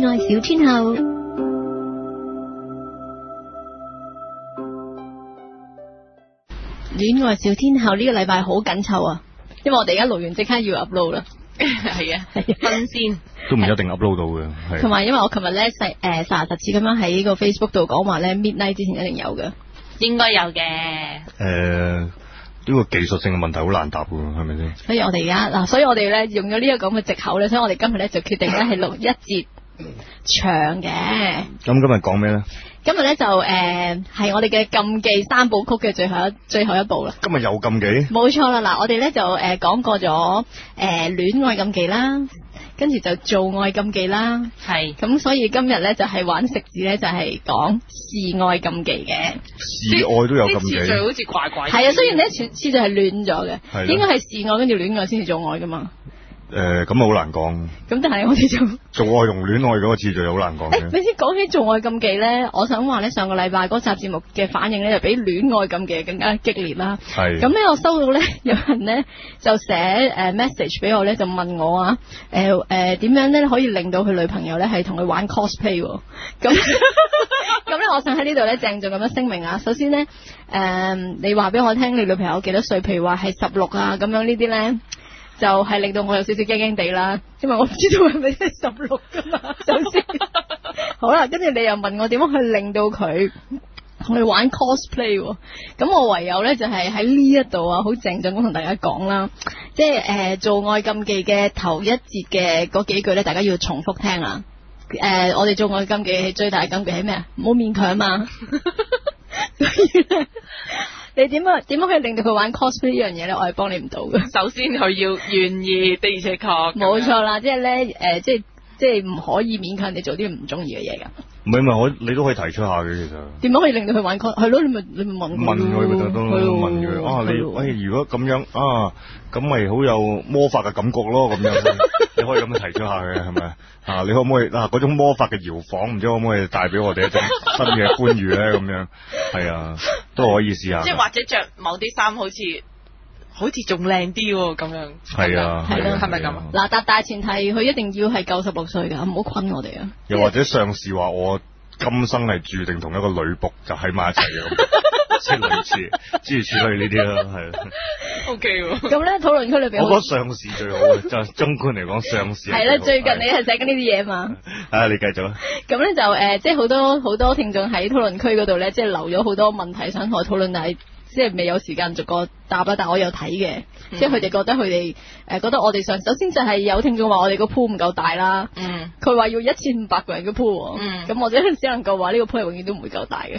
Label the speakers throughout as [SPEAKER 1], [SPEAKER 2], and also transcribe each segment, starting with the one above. [SPEAKER 1] 下小天后。戀愛小天后呢、個禮拜好緊湊啊，因為我哋而家錄完即刻要 upload 啦，
[SPEAKER 2] 系啊，
[SPEAKER 1] 係
[SPEAKER 2] 分先。
[SPEAKER 3] 都唔一定 upload 到嘅，
[SPEAKER 1] 同
[SPEAKER 3] 係
[SPEAKER 1] 埋因為我琴日咧細呃誒實牙實齒咁樣喺個 Facebook 度講話咧 midnight 之前一定有嘅，
[SPEAKER 2] 應該有嘅，
[SPEAKER 3] 誒呢個技術性嘅問題好難答嘅，係咪先？
[SPEAKER 1] 所以我哋而家嗱，所以我哋咧用咗呢個咁嘅藉口咧，所以我哋今日咧就決定咧係錄一節長嘅。
[SPEAKER 3] 咁今日講咩咧？
[SPEAKER 1] 今日咧就誒係、我哋嘅禁忌三部曲嘅最後一最後一部啦。
[SPEAKER 3] 今日有禁忌？
[SPEAKER 1] 冇錯啦，嗱，我哋咧就誒講過咗誒戀愛禁忌啦，跟住就做愛禁忌啦，
[SPEAKER 2] 係
[SPEAKER 1] 咁所以今日咧就係玩食字咧就係講示愛禁忌嘅，
[SPEAKER 3] 示愛都有禁忌
[SPEAKER 2] 啲，次序好似怪怪。
[SPEAKER 1] 係啊，雖然咧次次序係亂咗嘅，
[SPEAKER 3] 係咯
[SPEAKER 1] 應該係示愛跟住戀愛先至做愛噶嘛，
[SPEAKER 3] 誒咁啊好難講。
[SPEAKER 1] 咁但係我哋就。
[SPEAKER 3] 做愛同戀愛嗰個次序好難講
[SPEAKER 1] 诶，
[SPEAKER 3] 嘅。
[SPEAKER 1] 你先講起做愛禁忌咧，我想話咧上個禮拜嗰集節目嘅反應咧，就比戀愛禁忌更加激烈啦。
[SPEAKER 3] 係
[SPEAKER 1] 咁咧，我收到咧有人咧就寫诶 message 俾我咧，就問我啊，诶、誒诶点样咧可以令到佢女朋友咧係同佢玩 cosplay 喎？咁 咁咧，我想喺呢度咧鄭重咁樣聲明啊，首先咧诶、誒你話俾我聽你女朋友幾多歲？譬如話係十六啊，咁樣呢啲咧。就係令到我有少少驚驚地啦，因為我唔知道係咪真係十六噶嘛，首先。好啦，跟住你又問我點樣去令到佢同你玩 cosplay 喎？咁我唯有咧就係喺呢一度啊，好鄭重咁同大家講啦，即係誒、呃做愛禁忌嘅頭一節嘅嗰幾句咧，大家要重複聽啊。誒、我哋做愛禁忌最大嘅禁忌係咩啊？唔好勉強 嘛。所以咧， 你點樣點樣去令到佢玩 cosplay 呢樣嘢咧？我係幫你唔到嘅。
[SPEAKER 2] 首先佢要願意的，而且確
[SPEAKER 1] 冇。錯啦，即係咧誒，即係即係唔可以勉強你做啲唔中意嘅嘢㗎。
[SPEAKER 3] 唔係唔係，我你都可以提出下嘅其實。
[SPEAKER 1] 點樣可以令到佢玩 cos？係咯，你咪你咪問
[SPEAKER 3] 問佢咪得
[SPEAKER 1] 咯
[SPEAKER 3] 咯，
[SPEAKER 1] 係咯
[SPEAKER 3] 問佢啊
[SPEAKER 1] 係
[SPEAKER 3] 你
[SPEAKER 1] 咯
[SPEAKER 3] 喂，如果咁樣啊，咁咪好有魔法嘅感覺咯，咁樣 你可以咁樣提出下嘅係咪啊？你可唔可以嗱嗰種魔法嘅搖晃，唔知可唔可以帶俾 我哋一種新嘅歡愉咧？咁樣係啊，都可以試下
[SPEAKER 2] 即係
[SPEAKER 3] 嘅。
[SPEAKER 2] 或者着某啲衫好似好似仲靚啲喎咁樣。
[SPEAKER 3] 係啊，
[SPEAKER 1] 係咯
[SPEAKER 3] 啊
[SPEAKER 2] 係咪咁啊
[SPEAKER 1] 嗱，但大前提佢一定要係夠十六歲㗎，唔好坤我哋啊！
[SPEAKER 3] 又或者上士話我今生係注定同一個女仆就喺埋一齊嘅 咁，即係類似諸如此類呢啲啦，係啊。
[SPEAKER 2] O K 喎，
[SPEAKER 1] 咁咧討論區裏邊
[SPEAKER 3] 我
[SPEAKER 1] 好，
[SPEAKER 3] 覺得上市最好嘅，就中觀嚟講上市
[SPEAKER 1] 係啦，最近你
[SPEAKER 3] 你
[SPEAKER 1] 係寫緊呢啲嘢 嘛？
[SPEAKER 3] 啊，你繼續啊，
[SPEAKER 1] 咁咧就誒、呃即係好多好多聽眾喺討論區嗰度咧，即係留咗好多問題想同我討論，但係即係未有時間逐個答啦。但我有睇嘅，
[SPEAKER 2] 嗯
[SPEAKER 1] 即係佢哋覺得佢哋誒覺得我哋上首先就係有聽眾話我哋個 pool 唔夠大啦。
[SPEAKER 2] 嗯，
[SPEAKER 1] 佢話要一千五百個人嘅 pool，喎
[SPEAKER 2] 嗯
[SPEAKER 1] 咁、我哋只能夠話呢個 pool 永遠都唔會夠大嘅。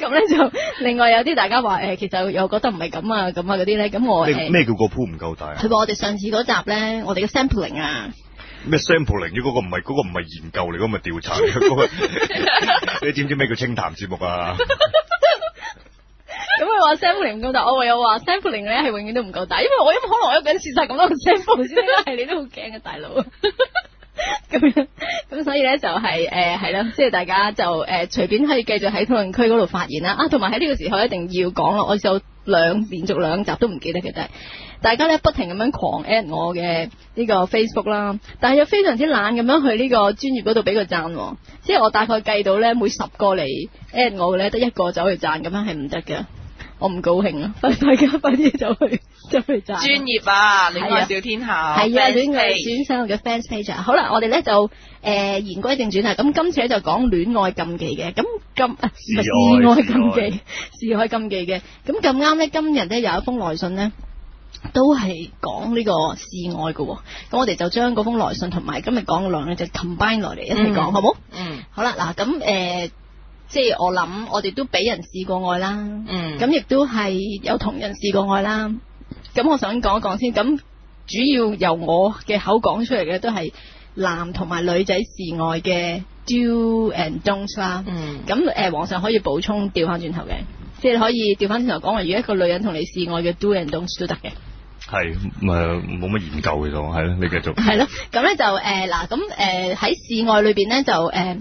[SPEAKER 1] 咁咧就另外有啲大家話誒、呃其實又覺得唔係咁啊咁啊嗰啲咧，咁我
[SPEAKER 3] 咩
[SPEAKER 1] 誒
[SPEAKER 3] 咩叫個鋪唔夠大啊？
[SPEAKER 1] 佢話我哋上次嗰集咧，我哋嘅 sampling 啊，
[SPEAKER 3] 咩 sampling 嗰個唔係嗰個唔係研究嚟，嗰個咪調查嚟嗰個。 你知唔知咩叫清談節目啊？
[SPEAKER 1] 咁佢話 sampling 唔夠大，我唯有話 sampling 咧係永遠都唔夠大，因為我因為可能我一個人試晒咁多個 sample 先，呢個係你都好驚嘅啊大佬。 咁樣，咁所以咧就係誒係啦，即係大家就誒、呃、隨便可以繼續喺討論區嗰度發言啦。啊，同埋喺呢個時候一定要講咯，我就兩連續兩集都唔記得嘅，真係大家咧不停咁樣狂 at 我嘅呢個 Facebook 啦，但係又非常之懶咁樣去呢個專業嗰度俾個讚喎。即係我大概計到咧，每十個嚟 at 我嘅咧，得一個走去讚，咁樣係唔得嘅。我唔高興啊！ 大家快啲走去走去讚啊。
[SPEAKER 2] 專業啊，戀愛小天下，
[SPEAKER 1] 係啊，
[SPEAKER 2] Ờ, fans
[SPEAKER 1] 戀愛
[SPEAKER 2] page
[SPEAKER 1] 選手嘅 fans page 啊。好啦，我哋咧就誒、呃言歸正傳啦。咁今次咧就講戀愛禁忌嘅，咁禁啊唔係
[SPEAKER 3] 示
[SPEAKER 1] 示
[SPEAKER 3] 愛
[SPEAKER 1] 愛禁忌，示愛禁忌嘅。咁咁啱咧，今日咧有一封來信咧。都係講呢個示愛嘅喎，咁我哋就將嗰封來信同埋今日講嘅內容就 combine 落嚟一齊講，
[SPEAKER 2] 嗯
[SPEAKER 1] 好冇？
[SPEAKER 2] 嗯
[SPEAKER 1] 好啦，嗱咁誒，即係我諗我哋都俾人試過愛啦，
[SPEAKER 2] 嗯，
[SPEAKER 1] 咁亦都係有同人試過愛啦。咁我想講一講先，咁主要由我嘅口講出嚟嘅都係男同埋女仔示愛嘅 do and don't 啦。
[SPEAKER 2] 嗯
[SPEAKER 1] 咁誒、呃皇上可以補充調翻轉頭嘅，即係你可以調翻轉頭講話，如果一個女人同你示愛嘅 do and don't 都得嘅。
[SPEAKER 3] 係誒冇乜研究嘅咯，係咯，你繼續。
[SPEAKER 1] 係咯，咁咧就誒嗱，咁誒喺示愛裏邊咧就誒。呃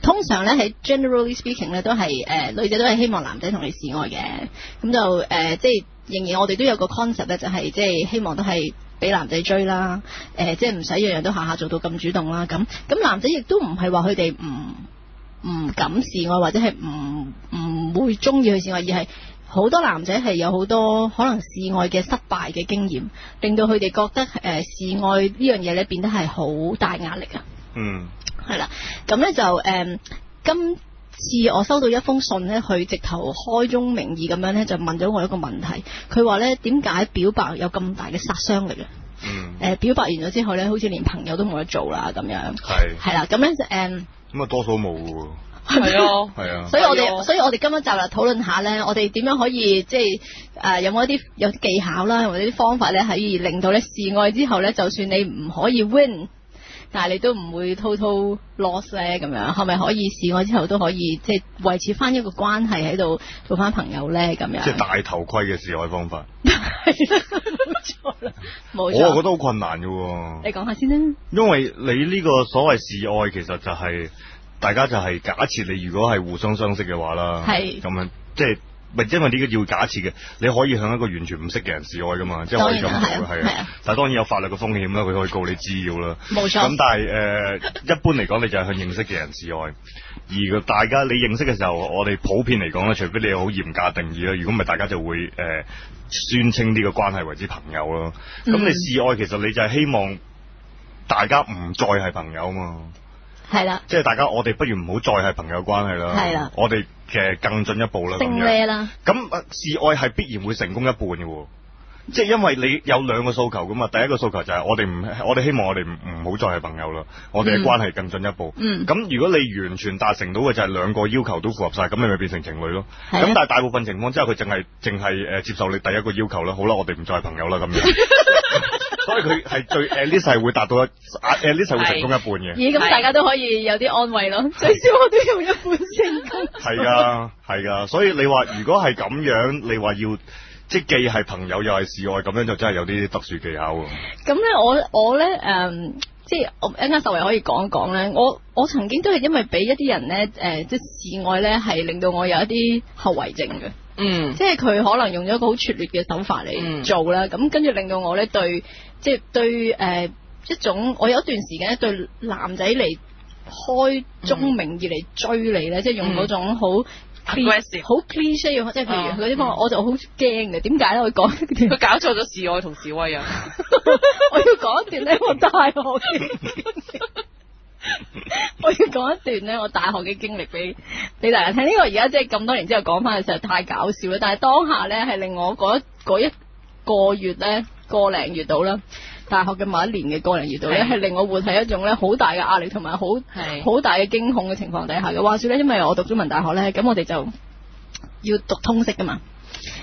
[SPEAKER 1] 通常咧喺 generally speaking 咧都係誒、呃女仔都係希望男仔同你示愛嘅，咁就誒、呃即係仍然我哋都有個 concept 咧，就係、即係希望都係俾男仔追啦，誒、即係唔使樣樣都下下做到咁主動啦。咁咁男仔亦都唔係話佢哋唔唔敢示愛，或者係唔唔會中意去示愛，而係好多男仔係有好多可能示愛嘅失敗嘅經驗，令到佢哋覺得誒、示愛呢樣嘢咧變得係好大壓力啊。
[SPEAKER 3] 嗯，
[SPEAKER 1] 係啦，咁咧就誒、嗯今次我收到一封信咧，佢直頭開宗明義咁樣咧，就問咗我一個問題。佢話咧點解表白有咁大嘅殺傷力啊？
[SPEAKER 3] 嗯
[SPEAKER 1] 誒、，表白完咗之後咧，好似連朋友都冇得做啦咁樣。
[SPEAKER 3] 係
[SPEAKER 1] 係啦，咁咧就呃誒，
[SPEAKER 3] 咁啊，多數冇喎，
[SPEAKER 2] 係啊，
[SPEAKER 3] 係啊，
[SPEAKER 1] 所以我
[SPEAKER 2] 係
[SPEAKER 1] 哋
[SPEAKER 2] 喎
[SPEAKER 1] 所以我哋今一集啦，討論下咧，我哋點樣可以即係誒、呃有冇一啲有啲技巧啦，或者啲方法咧，可以令到咧示愛之後咧，就算你唔可以 win，但係你都唔會 total loss 咧，咁樣係咪可以示愛之後都可以即係維持翻一個關係喺度做翻朋友咧？咁樣
[SPEAKER 3] 即係戴頭盔嘅示愛方法，
[SPEAKER 1] 係啦 冇錯啦，
[SPEAKER 3] 我
[SPEAKER 1] 冇
[SPEAKER 3] 啊覺
[SPEAKER 1] 錯。
[SPEAKER 3] 得好困難嘅喎。
[SPEAKER 1] 你講下先啦，
[SPEAKER 3] 因為你呢個所謂示愛，其實就係、大家就係假設你如果係互相相識嘅話啦，
[SPEAKER 1] 係
[SPEAKER 3] 咁樣，即係咪因為呢個要假設嘅，你可以向一個完全唔識嘅人示愛噶嘛，即係可以咁
[SPEAKER 1] 當然係啊
[SPEAKER 3] 做嘅，
[SPEAKER 1] 係
[SPEAKER 3] 係
[SPEAKER 1] 啊
[SPEAKER 3] 啊。但係當然有法律嘅風險啦，佢可以告你滋擾啦。
[SPEAKER 1] 冇
[SPEAKER 3] 咁
[SPEAKER 1] 錯。
[SPEAKER 3] 但係誒、呃一般嚟講你就係向認識嘅人示愛，而大家你認識嘅時候，我哋普遍嚟講咧，除非你有好嚴格定義啦，如果唔係，大家就會誒、呃宣稱呢個關係為之朋友咯。咁你
[SPEAKER 1] 嗯
[SPEAKER 3] 示愛其實你就係希望大家唔再係朋友嘛，
[SPEAKER 1] 係啦，
[SPEAKER 3] 即係大家我哋不如唔好再係朋友關係啦，
[SPEAKER 1] 係啦
[SPEAKER 3] 我哋嘅更進一步啦咁
[SPEAKER 1] 升
[SPEAKER 3] 樣。
[SPEAKER 1] 咩啦？
[SPEAKER 3] 咁呃示愛係必然會成功一半嘅喎，即係因為你有兩個訴求噶嘛。第一個訴求就係我哋唔，我哋希望我哋唔唔好再係朋友啦，我哋嘅
[SPEAKER 1] 嗯
[SPEAKER 3] 關係更進一步。
[SPEAKER 1] 嗯，
[SPEAKER 3] 咁、如果你完全達成到嘅就係兩個要求都符合晒，咁你咪變成情侶咯。
[SPEAKER 1] 係
[SPEAKER 3] 咁但
[SPEAKER 1] 啊
[SPEAKER 3] 係大部分情況之下，佢淨係淨係誒呃接受你第一個要求啦。好啦，我哋唔再係朋友啦 咁樣。所以佢係最 at least 係會達到一 at least 係會成功一半嘅。
[SPEAKER 1] 咦，咁
[SPEAKER 2] 係
[SPEAKER 1] 大家都可以有啲安慰咯，最少我都要一半成功。
[SPEAKER 3] 係噶，係噶，所以你話如果係咁樣，你話要即係既係朋友又係示愛，咁樣就真係有啲特殊技巧喎。
[SPEAKER 1] 咁咧，我我咧誒、嗯即係我一陣間秀慧可以講一講咧。我我曾經都係因為俾一啲人咧誒、呃即係示愛咧，係令到我有一啲後遺症嘅。
[SPEAKER 2] 嗯，
[SPEAKER 1] 即係佢可能用咗一個好拙劣嘅手法嚟
[SPEAKER 2] 嗯
[SPEAKER 1] 做啦，咁跟住令到我咧對，即係對誒、呃一種，我有一段時間咧對男仔嚟開
[SPEAKER 2] 嗯
[SPEAKER 1] 宗明義嚟追你咧，即係用嗰種好
[SPEAKER 2] Aggressive
[SPEAKER 1] 好 cliche 嘅，即係譬如
[SPEAKER 2] 嗯
[SPEAKER 1] 嗰啲方法，我就好驚嘅。點解咧？我講一段
[SPEAKER 2] 佢搞錯咗示愛同示威啊，
[SPEAKER 1] 我要講一段咧，我大學嘅經歷。我要講一段咧，我大學嘅經歷俾俾大家聽。呢、個而家即係咁多年之後講翻，實在太搞笑啦。但係當下咧，係令我嗰嗰一個月咧，個零月到啦，大學嘅某一年嘅個零月度咧，
[SPEAKER 2] 係
[SPEAKER 1] 係令我活喺一種咧好大嘅壓力同埋好
[SPEAKER 2] 係
[SPEAKER 1] 好大嘅驚恐嘅情況底下嘅。話說咧，因為我讀中文大學咧，咁我哋就要讀通識噶嘛。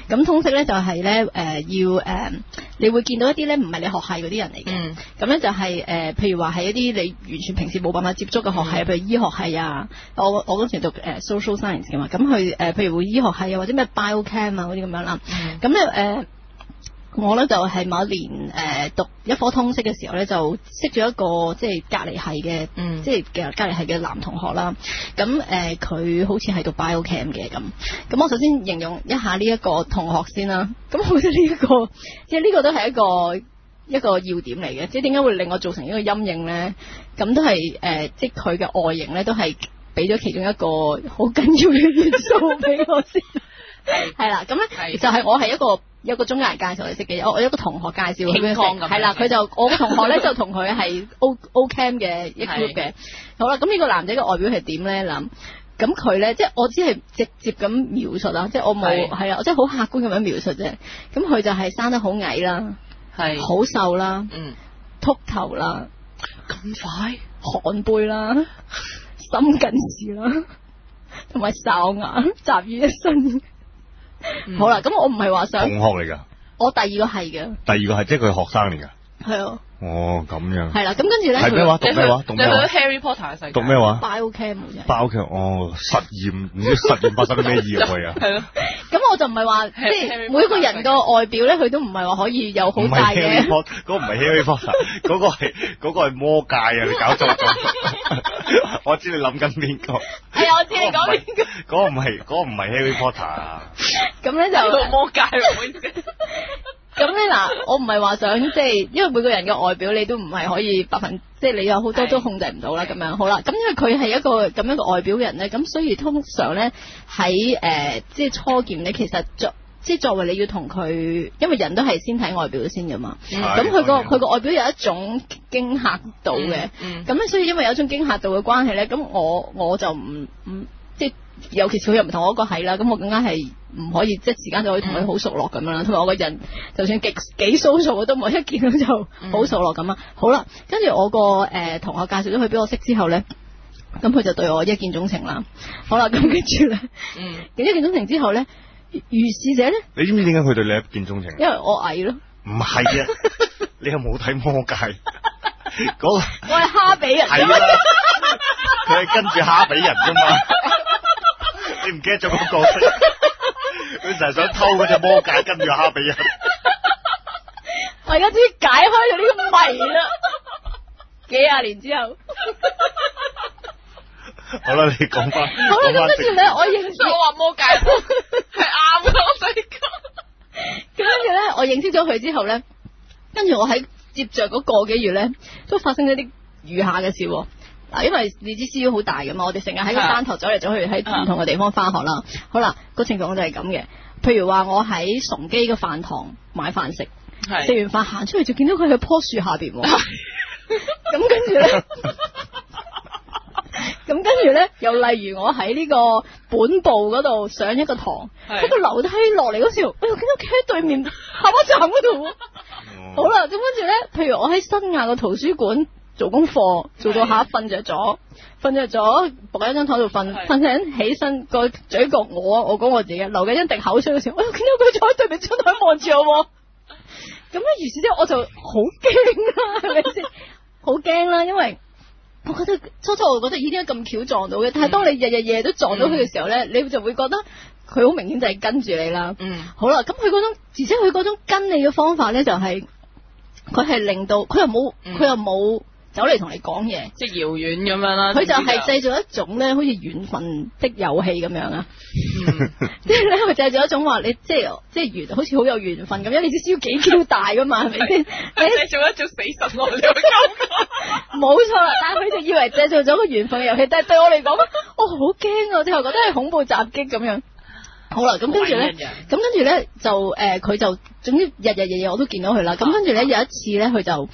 [SPEAKER 1] 咁通識咧就係咧誒要誒、呃你會見到一啲咧唔係你學系嗰啲人嚟嘅。
[SPEAKER 2] 嗯，
[SPEAKER 1] 咁咧就係、呃譬如話係一啲你完全平時冇辦法接觸嘅學系，譬如醫學系啊，我我嗰時讀誒、呃 social science 嘅嘛，咁佢誒譬如會醫學系啊，或者咩 biochem 啊嗰啲咁樣啦，
[SPEAKER 2] 嗯
[SPEAKER 1] 咁咧誒。我咧就係某一年誒、呃、讀一科通識嘅時候咧，就識咗一個即係隔離系嘅
[SPEAKER 2] 嗯，
[SPEAKER 1] 即係呃隔隔離係嘅男同學啦。咁誒，佢、好似係讀 biochem 嘅咁。咁我首先形容一下呢一個同學先啦。咁好似呢一個，即係呢個都係一個一個要點嚟嘅。即係點解會令我造成呢個陰影咧？咁都係誒、即係佢嘅外形咧，都係俾咗其中一個好緊要嘅元素俾我先。係啦，咁咧
[SPEAKER 2] 係
[SPEAKER 1] 就係我係一個有個中介人介紹嚟識嘅，我我有一個同學介紹佢俾
[SPEAKER 2] King
[SPEAKER 1] 我
[SPEAKER 2] Kong
[SPEAKER 1] 識，
[SPEAKER 2] 咁樣
[SPEAKER 1] 係啦，佢就我個同學咧就同佢係 O O Cam 嘅一 group 嘅，好啦，咁呢個男仔嘅外表係點咧嗱？咁佢咧，即係我只係直接咁描述啊啦，即係我冇
[SPEAKER 2] 係
[SPEAKER 1] 係啦，我即係好客觀咁樣描述啫。咁佢就係生得好矮啦，
[SPEAKER 2] 係，
[SPEAKER 1] 好瘦啦，
[SPEAKER 2] 嗯，
[SPEAKER 1] 秃頭啦，
[SPEAKER 2] 咁快，
[SPEAKER 1] 寒背啦，深近視啦，同埋哨牙集於一身。
[SPEAKER 2] 嗯
[SPEAKER 1] 好啦，，咁我唔係話想
[SPEAKER 3] 同，學嚟㗎，
[SPEAKER 1] 我第二個係嘅，
[SPEAKER 3] 第二個係即係佢係學生嚟㗎。
[SPEAKER 1] 係啊，
[SPEAKER 3] 哦，咁樣。
[SPEAKER 1] 係啦。咁跟住咧，
[SPEAKER 3] 係咩話讀
[SPEAKER 2] 你去
[SPEAKER 3] 咩話讀
[SPEAKER 2] 你
[SPEAKER 3] 咩
[SPEAKER 2] 去
[SPEAKER 3] 話
[SPEAKER 2] 咗 Harry Potter 嘅世界，
[SPEAKER 3] 讀咩話？
[SPEAKER 1] ？biochem 好似係
[SPEAKER 3] 包強哦，實驗唔知實驗發生啲咩意外啊？
[SPEAKER 2] 係咯，
[SPEAKER 1] 咁我就唔係話，即係
[SPEAKER 2] Harry
[SPEAKER 1] 每一個人個外表咧，佢都唔係話可以有 好
[SPEAKER 3] 唔
[SPEAKER 1] 大
[SPEAKER 3] 係
[SPEAKER 1] 嘅。
[SPEAKER 3] Harry Potter，嗰個唔係 Harry Potter，嗰個係嗰個係魔界啊！你搞錯咗， 我知你諗緊邊個？
[SPEAKER 1] 係啊，我知你 講邊個
[SPEAKER 3] 嗰個唔係嗰個唔係 Harry Potter 啊！
[SPEAKER 1] 咁咧
[SPEAKER 2] 到
[SPEAKER 1] 就
[SPEAKER 2] 魔界喎，
[SPEAKER 1] 咁咧嗱， 啦，我唔係話想即係，因為每個人嘅外表你都唔係可以百分，即係你有好多都
[SPEAKER 2] 係
[SPEAKER 1] 控制唔到啦咁樣。好啦，咁因為佢係一個咁樣嘅外表嘅人咧，咁所以通常咧喺誒即係初見咧，其實作即係作為你要同佢，因為人都係先睇外表先噶嘛。
[SPEAKER 2] 嗯
[SPEAKER 3] 係
[SPEAKER 1] 咁佢個
[SPEAKER 3] 當然
[SPEAKER 1] 佢個外表有一種驚嚇到嘅。
[SPEAKER 2] 嗯，
[SPEAKER 1] 咁咧，所以因為有一種驚嚇度嘅關係咧，咁我我就唔唔即係，尤其是佢又唔同我一個係啦，咁我更加係唔可以即係時間就可以同佢好熟絡咁樣啦。同埋我個人就算極幾 social 我都冇，一見到就好熟絡咁啊。好啦，跟住我個誒、呃同學介紹咗佢俾我識之後咧，咁佢就對我一見鐘情啦。好啦，咁跟住 咧，
[SPEAKER 2] 嗯，
[SPEAKER 1] 一見鐘情之後咧，如是者咧，
[SPEAKER 3] 你知唔知點解佢對你一見鍾情？啊
[SPEAKER 1] 因為我矮咯，
[SPEAKER 3] 唔 係啊，你有冇睇魔界？嗰個
[SPEAKER 1] 我係蝦比人。
[SPEAKER 3] 係啊，佢係跟住蝦俾人 噶嘛。你唔記得咗嗰個角色？佢成日想偷嗰只魔戒，跟住蝦俾人。
[SPEAKER 1] 我而家終於解開咗呢個謎啦！幾廿年之後，
[SPEAKER 3] 好啦，你講翻，
[SPEAKER 1] 好啦，
[SPEAKER 3] 講
[SPEAKER 1] 咁
[SPEAKER 3] 翻
[SPEAKER 1] 跟住咧， 我認識
[SPEAKER 2] 所以，我話魔界係啱嘅，我想講，
[SPEAKER 1] 咁跟住咧，我認識咗佢之後咧，跟住我喺接着嗰個幾月咧，都發生咗啲餘下嘅事喎。啊嗱，因為你知 CU 好大噶嘛，我哋成日喺個山頭走嚟走去，喺唔同嘅地方翻學啦。好啦，個情況就係咁嘅。譬如話，我喺崇基嘅飯堂買飯食，
[SPEAKER 2] 係
[SPEAKER 1] 食完飯行出去就見到佢喺棵樹下邊 喎。咁跟住咧， 咁跟住咧，又例如我喺呢個本部嗰度上一個堂，
[SPEAKER 2] 係
[SPEAKER 1] 喺個樓梯落嚟嗰時候，我又見到企喺對面下巴站嗰度喎。
[SPEAKER 3] 嗯
[SPEAKER 1] 好啦，咁跟住咧，譬如我喺新亞個圖書館做功課，做到下瞓着咗，瞓着咗，伏喺張台度瞓，
[SPEAKER 2] 係
[SPEAKER 1] 瞓醒起身個嘴角我，我講我自己流緊一滴口水嘅時候，我又見到佢坐喺對面張台望住我喎。咁咧，於是之後我就好驚啦，係咪先？好驚啦，因為我覺得初初我覺得咦點解咁巧撞到嘅，但係當你日日夜都撞到佢嘅時候咧，你就會覺得佢好明顯就係跟住你啦。
[SPEAKER 2] 嗯
[SPEAKER 1] 好啦，咁佢嗰種，而且佢嗰種跟你嘅方法咧，就係佢係令到佢又冇，
[SPEAKER 2] 嗯
[SPEAKER 1] 佢又冇走嚟同你講嘢，
[SPEAKER 2] 即係遙遠咁樣啦，
[SPEAKER 1] 佢就係
[SPEAKER 2] 即
[SPEAKER 1] 製造一種咧，好似緣分的遊戲咁樣啊，
[SPEAKER 2] 係
[SPEAKER 1] 即係咧佢製造一種話你即係即係緣，好似好有緣分咁，因為你知要幾 Q 大噶嘛，係咪先？ 你
[SPEAKER 2] 製造一種死神落嚟嘅感覺。
[SPEAKER 1] 冇錯啦，但係佢就以為製造咗個緣分嘅遊戲，但係對我嚟講，我好驚啊！即係我覺得係恐怖襲擊咁樣。好啦，咁跟住咧
[SPEAKER 2] 好玩嘅。
[SPEAKER 1] 咁跟住咧就誒，佢、就總之日日夜夜我都見到佢
[SPEAKER 2] 啊
[SPEAKER 1] 啦。咁跟住咧有一次咧，佢就誒、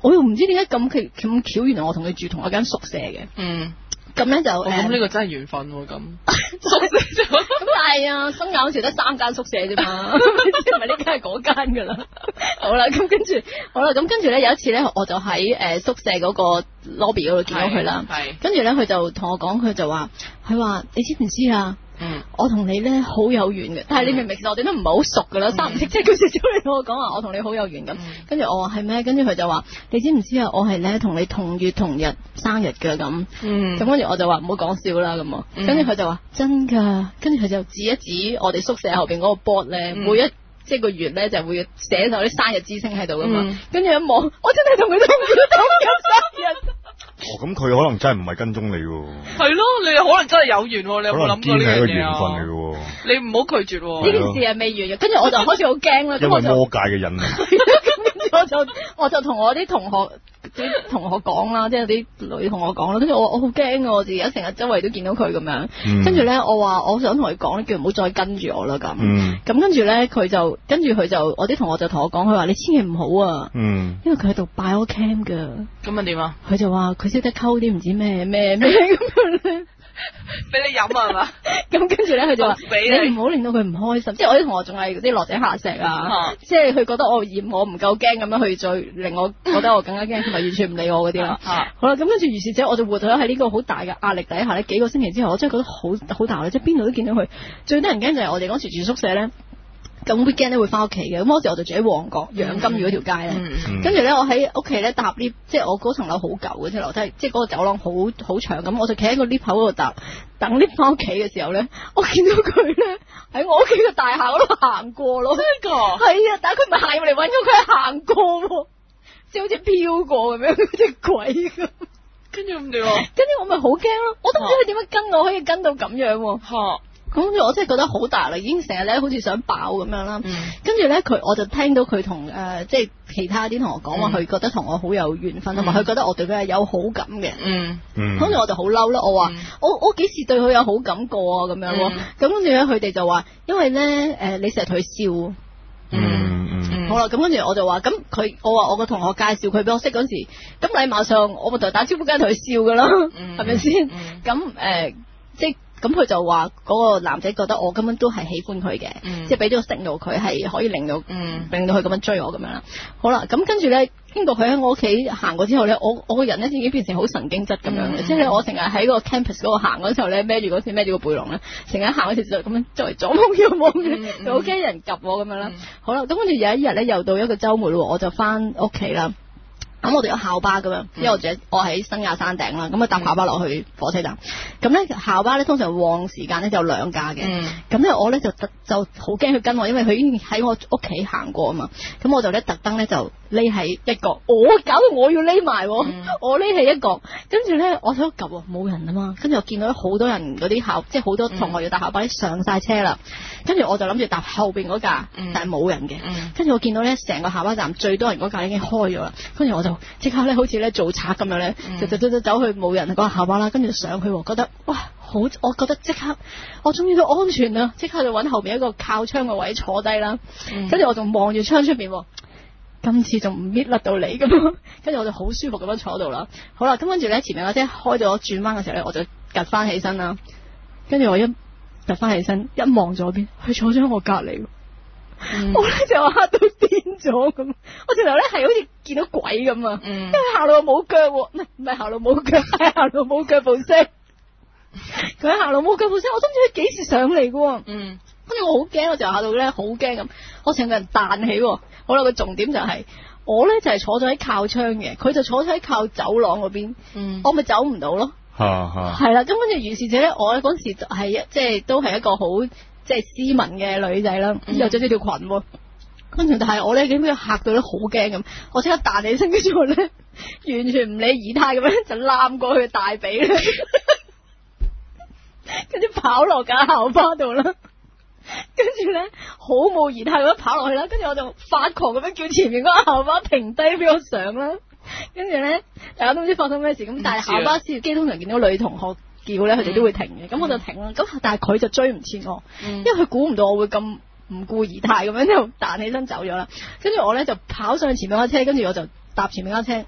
[SPEAKER 1] 我又唔知點解咁佢咁巧，原來我同佢住同一間宿舍嘅。
[SPEAKER 2] 嗯，
[SPEAKER 1] 咁咧就誒，
[SPEAKER 2] 我
[SPEAKER 1] 呃
[SPEAKER 2] 咁呢個真係緣分喎，咁 宿舍就
[SPEAKER 1] 咁但係啊，新亞嗰時得三間宿舍啫 嘛，唔係呢間係嗰間㗎啦。好啦，咁跟住好啦，咁跟住咧有一次咧，我就喺誒、呃宿舍嗰個 lobby 嗰度見到佢啦。
[SPEAKER 2] 係，係
[SPEAKER 1] 跟住咧，佢就同我講，佢就話，佢話你知唔知啊？
[SPEAKER 2] 嗯
[SPEAKER 1] 我同你咧好有緣嘅，但係你明唔明？其實我哋都唔係好熟噶啦，三唔識七，佢先走嚟同我講話，我同你好有緣咁
[SPEAKER 2] 嗯。
[SPEAKER 1] 跟住我話係咩？跟住佢就話，你知唔知啊？我係咧同你同月同日生日噶咁。
[SPEAKER 2] 嗯
[SPEAKER 1] 咁跟住我就話唔好講笑啦咁啊，
[SPEAKER 2] 嗯
[SPEAKER 1] 跟住佢就話真噶，跟住佢就指一指我哋宿舍後邊嗰個 board 咧，
[SPEAKER 2] 嗯
[SPEAKER 1] 每一即係個月咧就會寫晒啲生日之星喺度噶嘛
[SPEAKER 2] 嗯，
[SPEAKER 1] 跟住一望，我真係同佢同月同日生 日。
[SPEAKER 3] 哦，咁佢可能真係唔係跟蹤你喎，
[SPEAKER 2] 係咯，你可能真係有緣喎，你有
[SPEAKER 3] 可
[SPEAKER 2] 冇
[SPEAKER 3] 能
[SPEAKER 2] 諗過
[SPEAKER 3] 堅
[SPEAKER 2] 呢
[SPEAKER 3] 係一
[SPEAKER 2] 樣
[SPEAKER 3] 個
[SPEAKER 2] 嘢
[SPEAKER 3] 緣分嚟
[SPEAKER 2] 啊？
[SPEAKER 3] 嘅
[SPEAKER 2] 你唔好拒絕
[SPEAKER 1] 呢
[SPEAKER 2] 喎。
[SPEAKER 1] 件事係未完嘅，跟住我就開始好驚啦，
[SPEAKER 3] 喎，因
[SPEAKER 1] 咁我
[SPEAKER 3] 為
[SPEAKER 1] 就
[SPEAKER 3] 魔界嘅引
[SPEAKER 1] 跟
[SPEAKER 3] 力。
[SPEAKER 1] 住 我就我就同我啲同學啲同學講啦，即係啲女同學講啦，跟住我我好驚啊，我自己而家成日周圍都見到佢咁樣，
[SPEAKER 3] 嗯
[SPEAKER 1] 跟住咧我話我想同佢講咧，叫佢唔好再跟住我啦咁。
[SPEAKER 3] 嗯
[SPEAKER 1] 咁跟住咧，佢就跟住佢就我啲同學就同我講，佢話你千祈唔好啊，
[SPEAKER 3] 嗯，
[SPEAKER 1] 因為佢喺度 bio cam 噶，
[SPEAKER 2] 咁啊點啊？
[SPEAKER 1] 佢就話佢識得溝啲唔知咩咩咩咁樣咧。
[SPEAKER 2] 俾你飲啊係嘛？
[SPEAKER 1] 咁跟住咧，佢就話
[SPEAKER 2] 毒死啊你
[SPEAKER 1] 你唔好令到佢唔開心，即係我啲同學仲係嗰啲落井下石啊
[SPEAKER 2] 啊，
[SPEAKER 1] 即係佢覺得我嫌我唔夠驚咁樣去再令 我覺得我更加驚，同埋完全唔理我嗰啲啦。
[SPEAKER 2] 啊
[SPEAKER 1] 好啦，咁跟住如是者，我就活咗喺呢個好大嘅壓力底下咧，幾個星期之後，我真係覺得好好大啦，即係邊度都見到佢。最得人驚就係我哋嗰時住宿舍咧，咁 weekend 咧會翻屋企嘅，咁嗰時我就住喺旺角養金魚嗰條街咧。
[SPEAKER 2] 嗯嗯
[SPEAKER 3] 嗯
[SPEAKER 1] 跟住咧，我喺屋企咧搭 lift，即係我嗰層樓好舊嘅，即係樓梯，即係嗰個走廊好好長咁，我就企喺個 lift 口嗰度搭，等 lift 翻屋企嘅時候咧，我見到佢咧喺我屋企嘅大廈嗰度行過咯，
[SPEAKER 2] 真㗎
[SPEAKER 1] 係啊，但係佢唔係行入嚟揾咗，佢係行過喎，即係好似飄過咁樣嗰只鬼咁，
[SPEAKER 2] 跟住咁點啊？
[SPEAKER 1] 跟住我咪好驚咯，我都唔知佢點樣跟我可以跟到咁樣喎。
[SPEAKER 2] 嚇
[SPEAKER 1] 咁跟住我真係覺得好大啦，已經成日咧好似想爆咁樣啦。
[SPEAKER 2] 嗯
[SPEAKER 1] 跟住咧，佢我就聽到佢同誒即係其他啲同學講話，
[SPEAKER 2] 嗯
[SPEAKER 1] 佢覺得同我好有緣分，同埋
[SPEAKER 2] 嗯
[SPEAKER 1] 佢覺得我對佢係有好感嘅。
[SPEAKER 2] 嗯
[SPEAKER 3] 嗯，
[SPEAKER 1] 跟住我就好嬲啦，我話
[SPEAKER 2] 嗯
[SPEAKER 1] 我我幾時對佢有好感過啊咁樣喎
[SPEAKER 2] 嗯，
[SPEAKER 1] 咁跟住咧佢哋就話，因為咧誒、你成日同佢笑喎，
[SPEAKER 3] 嗯嗯
[SPEAKER 2] 嗯
[SPEAKER 1] 好啦，咁跟住我就話，咁佢我話我個同學介紹佢俾我識嗰時，咁禮貌上我咪同佢打招呼，梗係同佢笑噶啦，
[SPEAKER 2] 嗯
[SPEAKER 1] 係咪先？
[SPEAKER 2] 嗯
[SPEAKER 1] 咁誒即係咁佢就話嗰個男仔覺得我根本都係喜歡佢嘅，
[SPEAKER 2] 嗯
[SPEAKER 1] 即係俾咗個 signal 佢係可以令到
[SPEAKER 2] 嗯
[SPEAKER 1] 令到佢咁樣追我咁樣啦。好啦，咁跟住咧，經過佢喺我屋企行過之後咧，我我個人咧已經變成好神經質咁樣嘅，
[SPEAKER 2] 嗯
[SPEAKER 1] 即係我成日喺個 campus 嗰度行嗰時候咧，孭住嗰次孭住個背囊咧，成日行嗰時就咁樣作為左望右望
[SPEAKER 2] 嗯
[SPEAKER 1] 嘅，
[SPEAKER 2] 嗯
[SPEAKER 1] 就好驚人及我咁樣啦
[SPEAKER 2] 嗯。
[SPEAKER 1] 好啦，咁跟住有一日咧，又到一個週末咯，我就翻屋企啦。咁我哋有校巴咁樣，
[SPEAKER 2] 嗯
[SPEAKER 1] 因為我住喺我喺新亞山頂啦，咁啊搭校巴落去火車站。咁咧校巴咧通常旺時間咧就有兩架嘅。
[SPEAKER 2] 嗯
[SPEAKER 1] 咁咧，我咧就特就好驚佢跟我，因為佢已經喺我屋企行過啊嘛。咁我就咧特登咧就匿喺一角，我搞到我要匿埋喎，
[SPEAKER 2] 嗯
[SPEAKER 1] 我匿喺一角。跟住咧，我想及喎，冇人啊嘛。跟住我見到好多人嗰啲校，即係好多
[SPEAKER 2] 嗯
[SPEAKER 1] 同學要搭校巴，上晒車啦。跟住我就諗住搭後邊嗰架，
[SPEAKER 2] 嗯
[SPEAKER 1] 但係冇人嘅。
[SPEAKER 2] 嗯
[SPEAKER 1] 跟住我見到咧，成個下巴站最多人嗰架已經開咗啦，跟住我就即刻咧，好似咧做賊咁樣咧，
[SPEAKER 2] 嗯
[SPEAKER 1] 就就就就走去冇人嗰個下巴啦，跟住上去喎，覺得哇好，我覺得即刻我終於都安全啦，即刻就揾後面一個靠窗嘅位坐低啦，
[SPEAKER 2] 嗯
[SPEAKER 1] 跟住我仲望住窗出邊喎。今次仲唔搣甩到你咁 樣，跟住我就好舒服咁樣坐喺度啦。好啦，咁跟住咧前面架車開到我轉彎嘅時候咧，我就趌翻起身啦。跟住我一趌翻起身，一望左邊，佢坐咗喺我隔離喎。
[SPEAKER 2] 嗯
[SPEAKER 1] 我咧就嚇到癲咗咁，我直頭咧係好似見到鬼咁啊！因
[SPEAKER 2] 嗯
[SPEAKER 1] 為行路冇腳喎，唔係唔係行路冇腳， 係行路冇腳步聲。佢行路冇腳步聲，我都唔知佢幾時上嚟嘅喎。
[SPEAKER 2] 嗯
[SPEAKER 1] 跟住我好驚，我就嚇到咧好驚咁，我成個人彈起喎。好啦，個重點就係、我咧就係、坐咗喺靠窗嘅，佢就坐咗喺靠走廊嗰邊，
[SPEAKER 2] 嗯
[SPEAKER 1] 我咪走唔到咯。
[SPEAKER 3] 吓吓，
[SPEAKER 1] 係啦，咁跟住如是者咧，我咧嗰時就係一即係都係一個好即係斯文嘅女仔啦，
[SPEAKER 2] 嗯
[SPEAKER 1] 又着呢條裙喎。跟住但係我咧，點解嚇到咧好驚咁？我即刻彈起身，跟住我咧 完全唔理儀態咁樣就攬過佢大髀咧，跟住跑落架校巴度啦。跟住咧，好冇儀態咁樣跑落去啦，跟住我就發狂咁樣叫前面嗰個校巴停低俾我上啦。跟住咧，大家都唔知啊發生咩事，咁但係校巴司機通常見到女同學叫咧，佢哋都會停嘅，咁我就停啦。咁但係佢就追唔切我，
[SPEAKER 2] 嗯
[SPEAKER 1] 因為佢估唔到我會咁唔顧儀態咁樣就彈起身走咗啦。跟住我咧就跑上去前面架車，跟住我就搭前面架車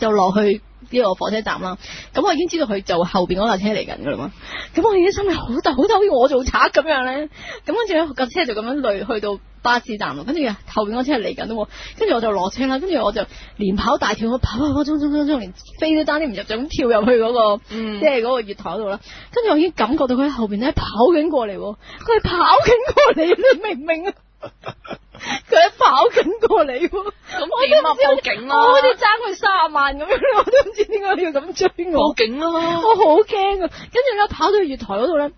[SPEAKER 1] 就落去呢個火車站啦。咁我已經知道佢就後邊嗰架車嚟緊噶啦嘛。咁我已經心裏好大好大，好似我做賊咁樣咧。咁跟住咧架車就咁樣累去到巴士站咯。跟住後邊嗰車嚟緊咯喎。跟住我就落車啦。跟住我就連跑帶跳，我跑跑跑，衝衝衝衝，連飛都單啲唔入，就咁跳入去嗰、個。
[SPEAKER 2] 嗯
[SPEAKER 1] 即係嗰個月台嗰度啦。跟住我已經感覺到佢喺後邊咧跑緊過嚟喎，佢係跑緊過嚟，你明唔明 啊？佢係跑緊過嚟喎，咁
[SPEAKER 2] 點啊報警啦
[SPEAKER 1] 我好似爭佢卅萬咁樣， 我都唔知點解你要咁追我
[SPEAKER 2] 報。警啦
[SPEAKER 1] 我好驚啊！跟住咧跑到月台嗰度咧，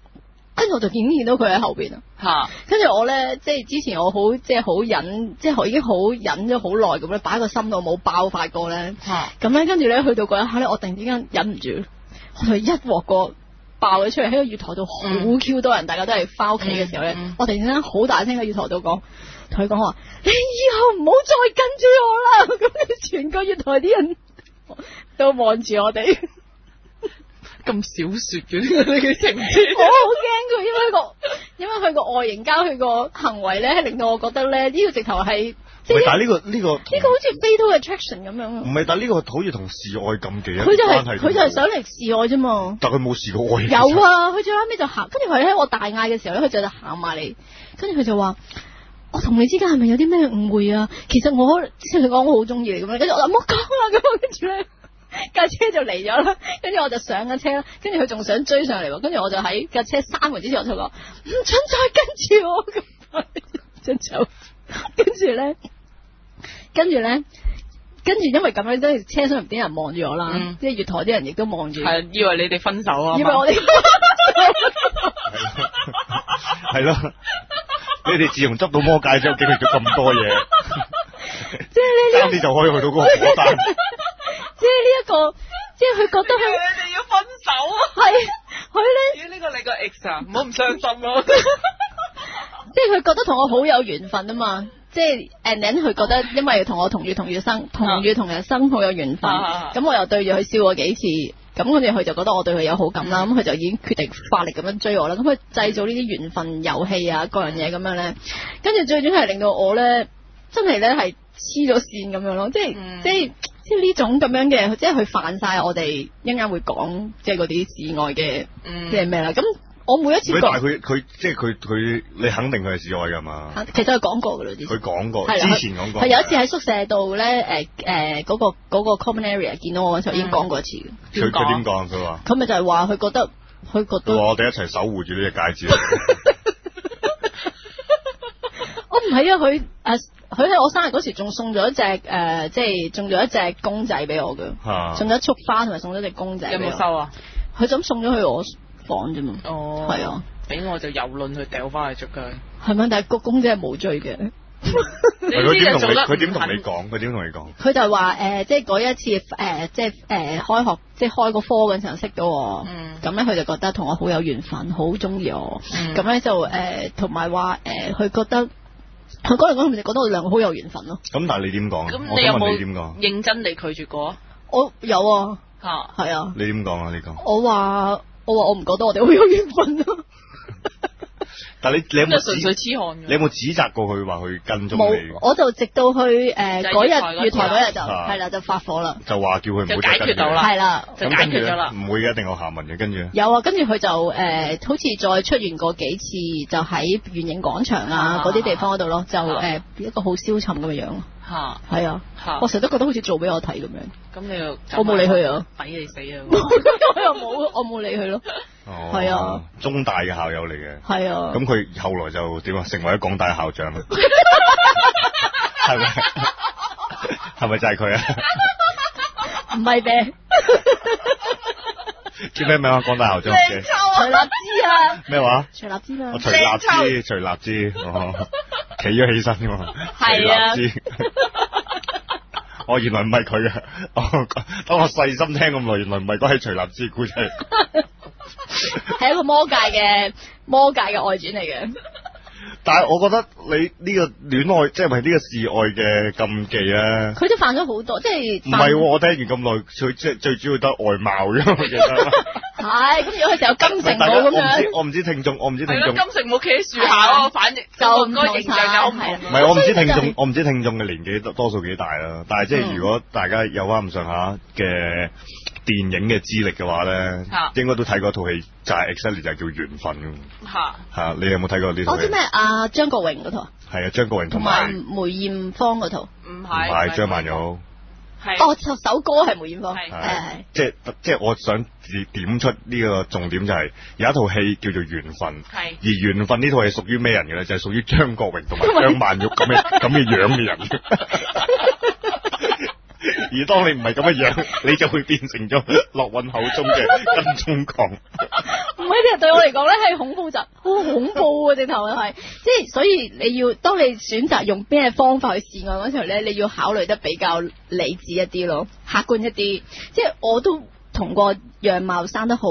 [SPEAKER 1] 跟住我就已經見到佢喺後邊啊！
[SPEAKER 2] 吓
[SPEAKER 1] 跟住我咧，即係之前我好即係好忍，即係我已經好忍咗好耐咁咧，擺喺個心度冇爆發過咧。
[SPEAKER 2] 吓
[SPEAKER 1] 咁咧，跟住咧去到嗰一刻咧，我突然之間忍唔住，我就一鑊過爆咗出嚟喺個月台度，好
[SPEAKER 2] 嗯
[SPEAKER 1] Q 多人，大家都係翻屋企嘅時候咧，
[SPEAKER 2] 嗯嗯
[SPEAKER 1] 我突然之間好大聲喺月台度講，同佢講話：你以後唔好再跟住我啦！咁你全個月台啲人都望住我哋，
[SPEAKER 2] 咁小说嘅呢個嘅情節
[SPEAKER 1] 我好驚佢，因為佢個因為佢個外形加佢個行為咧，令到我覺得咧呢、個直頭係即
[SPEAKER 3] 唔係
[SPEAKER 1] 係
[SPEAKER 3] 但係呢個呢個
[SPEAKER 1] 呢個好似 fatal attraction 咁樣
[SPEAKER 3] 唔
[SPEAKER 1] 啊！
[SPEAKER 3] 係但係呢個好似同示愛禁忌嗯一啲
[SPEAKER 1] 佢就係、
[SPEAKER 3] 關係都冇
[SPEAKER 1] 佢就係想嚟示我啫嘛。
[SPEAKER 3] 但佢冇試過愛。
[SPEAKER 1] 有，啊，佢最後尾就行，跟住佢喺我大嗌嘅時候咧，佢就行埋嚟，跟住佢就話：我同你之間係咪有啲咩誤會啊？其實我即係佢講我好中意你咁樣，跟住我就唔好講啦咁樣，跟住咧 架車就嚟咗啦，跟住我就上架車啦，跟住佢仲想追上嚟喎，跟住我就喺架車閂門之前我就講唔准再跟住我咁快 就走，跟住咧，跟住咧。跟住，因為咁樣，跟住車上邊啲人望住我啦，
[SPEAKER 2] 嗯
[SPEAKER 1] 即係月台啲人亦都望住，
[SPEAKER 2] 係以為你哋分手啊嘛？
[SPEAKER 1] 以為我哋
[SPEAKER 3] 啊 係咯。你哋自從執到魔戒之後，經歷咗咁多 嘢，
[SPEAKER 1] 即係呢
[SPEAKER 3] 差
[SPEAKER 1] 呢，
[SPEAKER 3] 啲就可以去到嗰個火 山。
[SPEAKER 1] 即係呢一個，即係佢覺得
[SPEAKER 2] 以為
[SPEAKER 1] 佢
[SPEAKER 2] 你哋要分手啊？
[SPEAKER 1] 係，佢咧
[SPEAKER 2] 咦？呢個你個 ex 啊，唔好咁傷心啊咯。
[SPEAKER 1] 即係佢覺得同我好有緣分啊嘛。即係 and then 佢覺得因為同我同月同月生同月同日生好有緣分，
[SPEAKER 2] 啊
[SPEAKER 1] 咁我又對住佢笑過幾次，咁跟住佢就覺得我對佢有好感啦，
[SPEAKER 2] 嗯
[SPEAKER 1] 咁佢就已經決定發力咁樣追我啦。咁佢製造呢啲緣分遊戲啊，各樣嘢咁樣咧，跟住最終係令到我咧真係咧係黐咗線咁樣咯，即係、
[SPEAKER 2] 嗯
[SPEAKER 1] 即係。即係呢種咁樣嘅，即係佢犯晒我哋一陣間會講，即係嗰啲至愛嘅，
[SPEAKER 2] 嗯
[SPEAKER 1] 即係咩啦？咁我每一次
[SPEAKER 3] 喂但係
[SPEAKER 1] 講，
[SPEAKER 3] 佢佢即係佢佢，你肯定佢係示愛㗎嘛？
[SPEAKER 1] 其實佢講過㗎啦，之前
[SPEAKER 3] 佢講過，
[SPEAKER 1] 係啦
[SPEAKER 3] 之前講過。
[SPEAKER 1] 佢有一次喺宿舍度咧，誒誒嗰個嗰、個 common area 見到我嗰時候已經講過一次
[SPEAKER 2] 嗯
[SPEAKER 1] 嘅，
[SPEAKER 3] 佢佢點講？佢話
[SPEAKER 1] 佢咪就係話佢覺得佢覺
[SPEAKER 3] 佢
[SPEAKER 1] 得
[SPEAKER 3] 話
[SPEAKER 1] 我
[SPEAKER 3] 我哋一齊守護住呢隻戒指。啊
[SPEAKER 1] 唔係啊，佢誒佢喺我生日嗰時仲送咗一隻誒、呃即係送咗一隻公仔俾我嘅，
[SPEAKER 3] 嚇
[SPEAKER 1] 送咗一束花同埋送咗隻公仔
[SPEAKER 2] 啊有
[SPEAKER 1] 俾我
[SPEAKER 2] 冇收啊？
[SPEAKER 1] 佢就咁送咗去我房啫嘛，
[SPEAKER 2] 哦，
[SPEAKER 1] 係啊，
[SPEAKER 2] 俾我就游論去掉翻去捉佢。
[SPEAKER 1] 係咪？但係個公仔係無罪嘅。
[SPEAKER 2] 你
[SPEAKER 3] 佢
[SPEAKER 2] 啲
[SPEAKER 3] 點
[SPEAKER 2] 人
[SPEAKER 3] 同
[SPEAKER 2] 做
[SPEAKER 3] 你
[SPEAKER 2] 得
[SPEAKER 3] 佢點
[SPEAKER 2] 唔
[SPEAKER 3] 同
[SPEAKER 2] 肯
[SPEAKER 3] 你講？佢點同你講？
[SPEAKER 1] 佢就話誒、呃即係嗰一次誒、呃即係誒、呃、開學，即係開個科嗰陣時候識到我
[SPEAKER 2] 嗯，
[SPEAKER 1] 咁咧佢就覺得同我好有緣分，好中意我，
[SPEAKER 2] 嗯
[SPEAKER 1] 咁咧、就誒同埋話誒，佢、覺得佢嗰陣講，佢就覺得我哋兩個好有緣分咯。
[SPEAKER 3] 咁但係你點講？
[SPEAKER 2] 咁
[SPEAKER 3] 我
[SPEAKER 2] 你有
[SPEAKER 3] 想問你點
[SPEAKER 2] 冇
[SPEAKER 3] 講？
[SPEAKER 2] 認真地拒絕過
[SPEAKER 1] 我有啊，
[SPEAKER 2] 啊？
[SPEAKER 1] 係啊，
[SPEAKER 3] 你點講啊？你講。
[SPEAKER 1] 我話我話我唔覺得我哋好有緣分咯，
[SPEAKER 3] 但係你你有
[SPEAKER 2] 咁
[SPEAKER 3] 冇
[SPEAKER 2] 就純粹
[SPEAKER 3] 指
[SPEAKER 2] 痴漢㗎
[SPEAKER 3] 你有冇指責過佢話佢跟蹤
[SPEAKER 1] 冇，
[SPEAKER 3] 你？
[SPEAKER 1] 我就直到去誒
[SPEAKER 2] 就係
[SPEAKER 1] 嗰日
[SPEAKER 2] 月
[SPEAKER 1] 月台
[SPEAKER 2] 台嗰
[SPEAKER 1] 嗰
[SPEAKER 2] 日
[SPEAKER 1] 日就
[SPEAKER 3] 啊
[SPEAKER 1] 係啦，就發火啦，
[SPEAKER 3] 就話叫佢唔
[SPEAKER 2] 就
[SPEAKER 3] 好
[SPEAKER 2] 解決
[SPEAKER 3] 再跟住
[SPEAKER 2] 到啦
[SPEAKER 3] 你。
[SPEAKER 1] 係啦。
[SPEAKER 2] 就
[SPEAKER 3] 咁
[SPEAKER 2] 解
[SPEAKER 3] 跟住嗯
[SPEAKER 2] 決咗
[SPEAKER 3] 咧
[SPEAKER 2] 啦
[SPEAKER 3] 唔會嘅，一定有下文嘅。跟住咧
[SPEAKER 1] 有啊，跟住佢就誒、呃好似再出現過幾次，就喺圓形廣場
[SPEAKER 2] 啊
[SPEAKER 1] 啊嗰啲地方嗰度咯，就誒、
[SPEAKER 2] 啊
[SPEAKER 1] 呃一個好消沉咁嘅樣咯。
[SPEAKER 2] 嚇
[SPEAKER 1] 係啊，
[SPEAKER 2] 嚇
[SPEAKER 1] 我，成日都覺得好似做俾我睇咁樣，
[SPEAKER 2] 咁你又
[SPEAKER 1] 我冇理佢啊，
[SPEAKER 2] 抵你死啊！
[SPEAKER 1] 我又冇， 我冇理佢咯。
[SPEAKER 3] 哦
[SPEAKER 1] 係啊，
[SPEAKER 3] 中大嘅校友嚟嘅。
[SPEAKER 1] 係啊，
[SPEAKER 3] 咁佢後來就點啊？成為咗港大校長啦，係咪？係咪就係佢啊？
[SPEAKER 1] 唔係咩？
[SPEAKER 3] 叫咩名啊？港大校長唔記得
[SPEAKER 1] 徐立之啊，
[SPEAKER 3] 咩話？哦
[SPEAKER 1] 徐立之嘛
[SPEAKER 3] 我。徐立之，徐立之，哦，企咗起身噶嘛？
[SPEAKER 2] 係啊
[SPEAKER 3] 徐立之。哦，原來唔係佢嘅，哦，等我細心聽咁耐，原來唔係嗰係徐立之故仔，
[SPEAKER 1] 係一個魔界嘅魔界嘅外傳嚟嘅。
[SPEAKER 3] 但係我覺得你呢個戀愛，即係咪呢個示愛嘅禁忌咧？
[SPEAKER 1] 佢都犯咗好多，即係
[SPEAKER 3] 唔
[SPEAKER 1] 犯
[SPEAKER 3] 係喎，我聽完咁耐，最即係最主要都係外貌嘅，我記得。
[SPEAKER 1] 係咁，如果佢成啊有金城
[SPEAKER 3] 大家
[SPEAKER 1] 武
[SPEAKER 3] 我
[SPEAKER 1] 咁
[SPEAKER 3] 唔知，
[SPEAKER 1] 樣，
[SPEAKER 3] 我唔知聽眾，我唔知聽
[SPEAKER 2] 係咯，
[SPEAKER 3] 眾，
[SPEAKER 2] 金城武企喺樹下嗰個反應，
[SPEAKER 1] 就唔同
[SPEAKER 2] 嗰個形象有
[SPEAKER 1] 晒
[SPEAKER 2] 唔同
[SPEAKER 3] 唔
[SPEAKER 1] 係啊
[SPEAKER 2] 咯。
[SPEAKER 3] 係我唔知
[SPEAKER 1] 所以
[SPEAKER 3] 聽
[SPEAKER 1] 就
[SPEAKER 3] 眾
[SPEAKER 1] 係，
[SPEAKER 3] 我唔知聽眾嘅年紀多多數幾大啦。但係即係
[SPEAKER 1] 嗯
[SPEAKER 3] 如果大家有翻咁上下嘅電影嘅資歷嘅話咧
[SPEAKER 2] 嚇，
[SPEAKER 3] 應該都睇過套戲，就係 exactly 就係叫緣分
[SPEAKER 2] 嚇
[SPEAKER 3] 嚇。你有冇睇過呢套
[SPEAKER 1] 我
[SPEAKER 3] 戲
[SPEAKER 1] 知？咩啊？張國榮嗰套啊，
[SPEAKER 3] 係啊，張國榮
[SPEAKER 1] 同
[SPEAKER 3] 同
[SPEAKER 1] 埋
[SPEAKER 3] 埋
[SPEAKER 1] 梅艷芳嗰套。
[SPEAKER 2] 唔
[SPEAKER 3] 唔
[SPEAKER 2] 係
[SPEAKER 3] 係張曼玉，，係
[SPEAKER 2] 係
[SPEAKER 1] 哦，首首歌係梅艷芳，
[SPEAKER 2] 係
[SPEAKER 1] 係係
[SPEAKER 3] 即係即係我想點點出呢個重點就係有一套戲叫做緣分。
[SPEAKER 2] 係
[SPEAKER 3] 而緣分呢套係屬於咩人嘅咧？就係、屬於張國榮同埋張曼玉咁 嘅咁嘅樣嘅人。 而當你唔係咁嘅樣，你就會變成咗樂韻口中 嘅跟蹤狂。
[SPEAKER 1] 唔係呢個對我嚟講咧係恐怖集，好哦恐怖啊！直頭係， 即係所以你要當你選擇用咩方法去示愛嗰時候咧，你要考慮得比較理智一啲咯，客觀一啲。即係我都同個樣貌生得好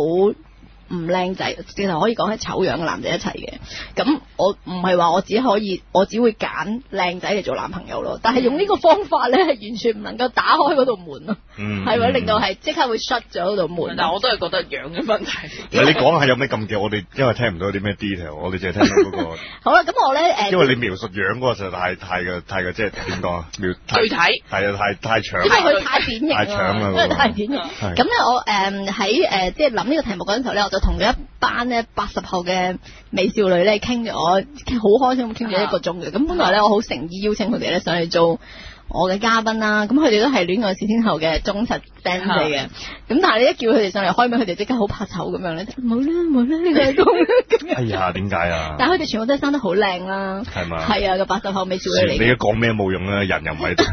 [SPEAKER 1] 唔靚仔，直頭可以講係醜樣嘅男仔一齊嘅。咁我唔係話我只可以，我只會揀靚仔嚟做男朋友咯。但係用呢個方法咧，係完全唔能夠打開嗰道門咯，
[SPEAKER 3] 嗯，
[SPEAKER 1] 係會令到係即刻會 shut 咗嗰道門。啊
[SPEAKER 2] 但我都係覺得樣嘅問題。
[SPEAKER 3] 唔係嗯你講下有咩禁忌？我哋因為聽唔到啲咩 detail，我哋淨係聽到嗰、
[SPEAKER 1] 好
[SPEAKER 3] 個。
[SPEAKER 1] 啦，咁我咧誒。
[SPEAKER 3] 因為你描述樣嗰個實在太太嘅太嘅，即係點講啊？描太
[SPEAKER 2] 具體
[SPEAKER 3] 係啊，太太長
[SPEAKER 1] 因為佢啊太典型
[SPEAKER 3] 太搶啦
[SPEAKER 1] 因為太
[SPEAKER 2] 嗯
[SPEAKER 1] 典型。
[SPEAKER 3] 係
[SPEAKER 1] 咁咧，我誒喺誒即係諗呢個題目嗰陣時候咧，我就同咗一班咧八十後嘅美少女咧傾咗，我好開心咁傾咗一個鐘嘅。咁本來咧，我好誠意邀請佢哋咧上嚟做。我嘅嘉賓啦，咁佢哋都係戀愛史天后嘅忠實 fans 嚟嘅，咁但係你一叫佢哋上嚟開名，佢哋即刻好怕醜咁樣咧，冇啦冇啦， 你兩個咁樣。
[SPEAKER 3] 哎呀，點解啊？
[SPEAKER 1] 但係佢哋全部都係生得好靚啦，
[SPEAKER 3] 係嘛？
[SPEAKER 1] 係啊，個八十後美少
[SPEAKER 3] 算
[SPEAKER 1] 女
[SPEAKER 3] 你
[SPEAKER 1] 嚟
[SPEAKER 3] 而
[SPEAKER 1] 嘅。
[SPEAKER 3] 家講咩冇用啊？人又唔喺度。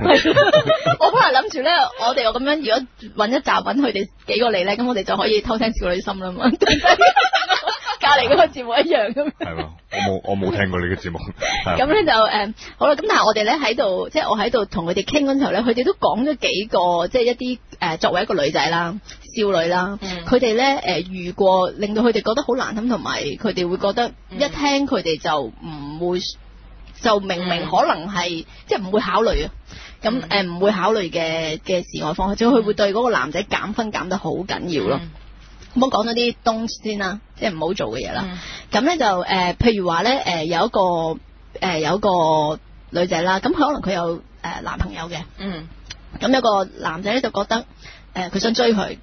[SPEAKER 1] 我本來諗住咧，我哋又咁樣，如果揾一集揾佢哋幾個嚟咧，咁我哋就可以偷聽少女心啦嘛。搞隔離嗰個節目一樣咁。
[SPEAKER 3] 系喎，我冇我冇聽過你嘅節目，啊
[SPEAKER 1] 咁
[SPEAKER 3] 咁
[SPEAKER 1] 咧就誒、嗯好啦，咁但係我哋咧喺度，即係我喺度同佢哋傾嗰陣時候咧，佢哋都講咗幾個，即係一啲誒、呃作為一個女仔啦、少女啦，
[SPEAKER 2] 嗯
[SPEAKER 1] 佢哋咧誒遇過令到佢哋覺得好難堪，同埋佢哋會覺得
[SPEAKER 2] 嗯
[SPEAKER 1] 一聽佢哋就唔會，就明明
[SPEAKER 2] 嗯
[SPEAKER 1] 可能係、即係唔會考慮啊。咁
[SPEAKER 2] 嗯
[SPEAKER 1] 誒唔會考慮嘅嘅示愛方式，即係佢會對嗰個男仔減分減得好緊要咯。
[SPEAKER 2] 嗯
[SPEAKER 1] 咁我講咗啲 don't 先啦，即係唔好做嘅嘢啦。
[SPEAKER 2] 嗯
[SPEAKER 1] 咁咧就誒、呃譬如話咧誒，有一個誒、呃有一個女仔啦，咁佢可能佢有誒、呃男朋友嘅，
[SPEAKER 2] 嗯
[SPEAKER 1] 咁有個男仔咧就覺得誒，呃佢、想追佢，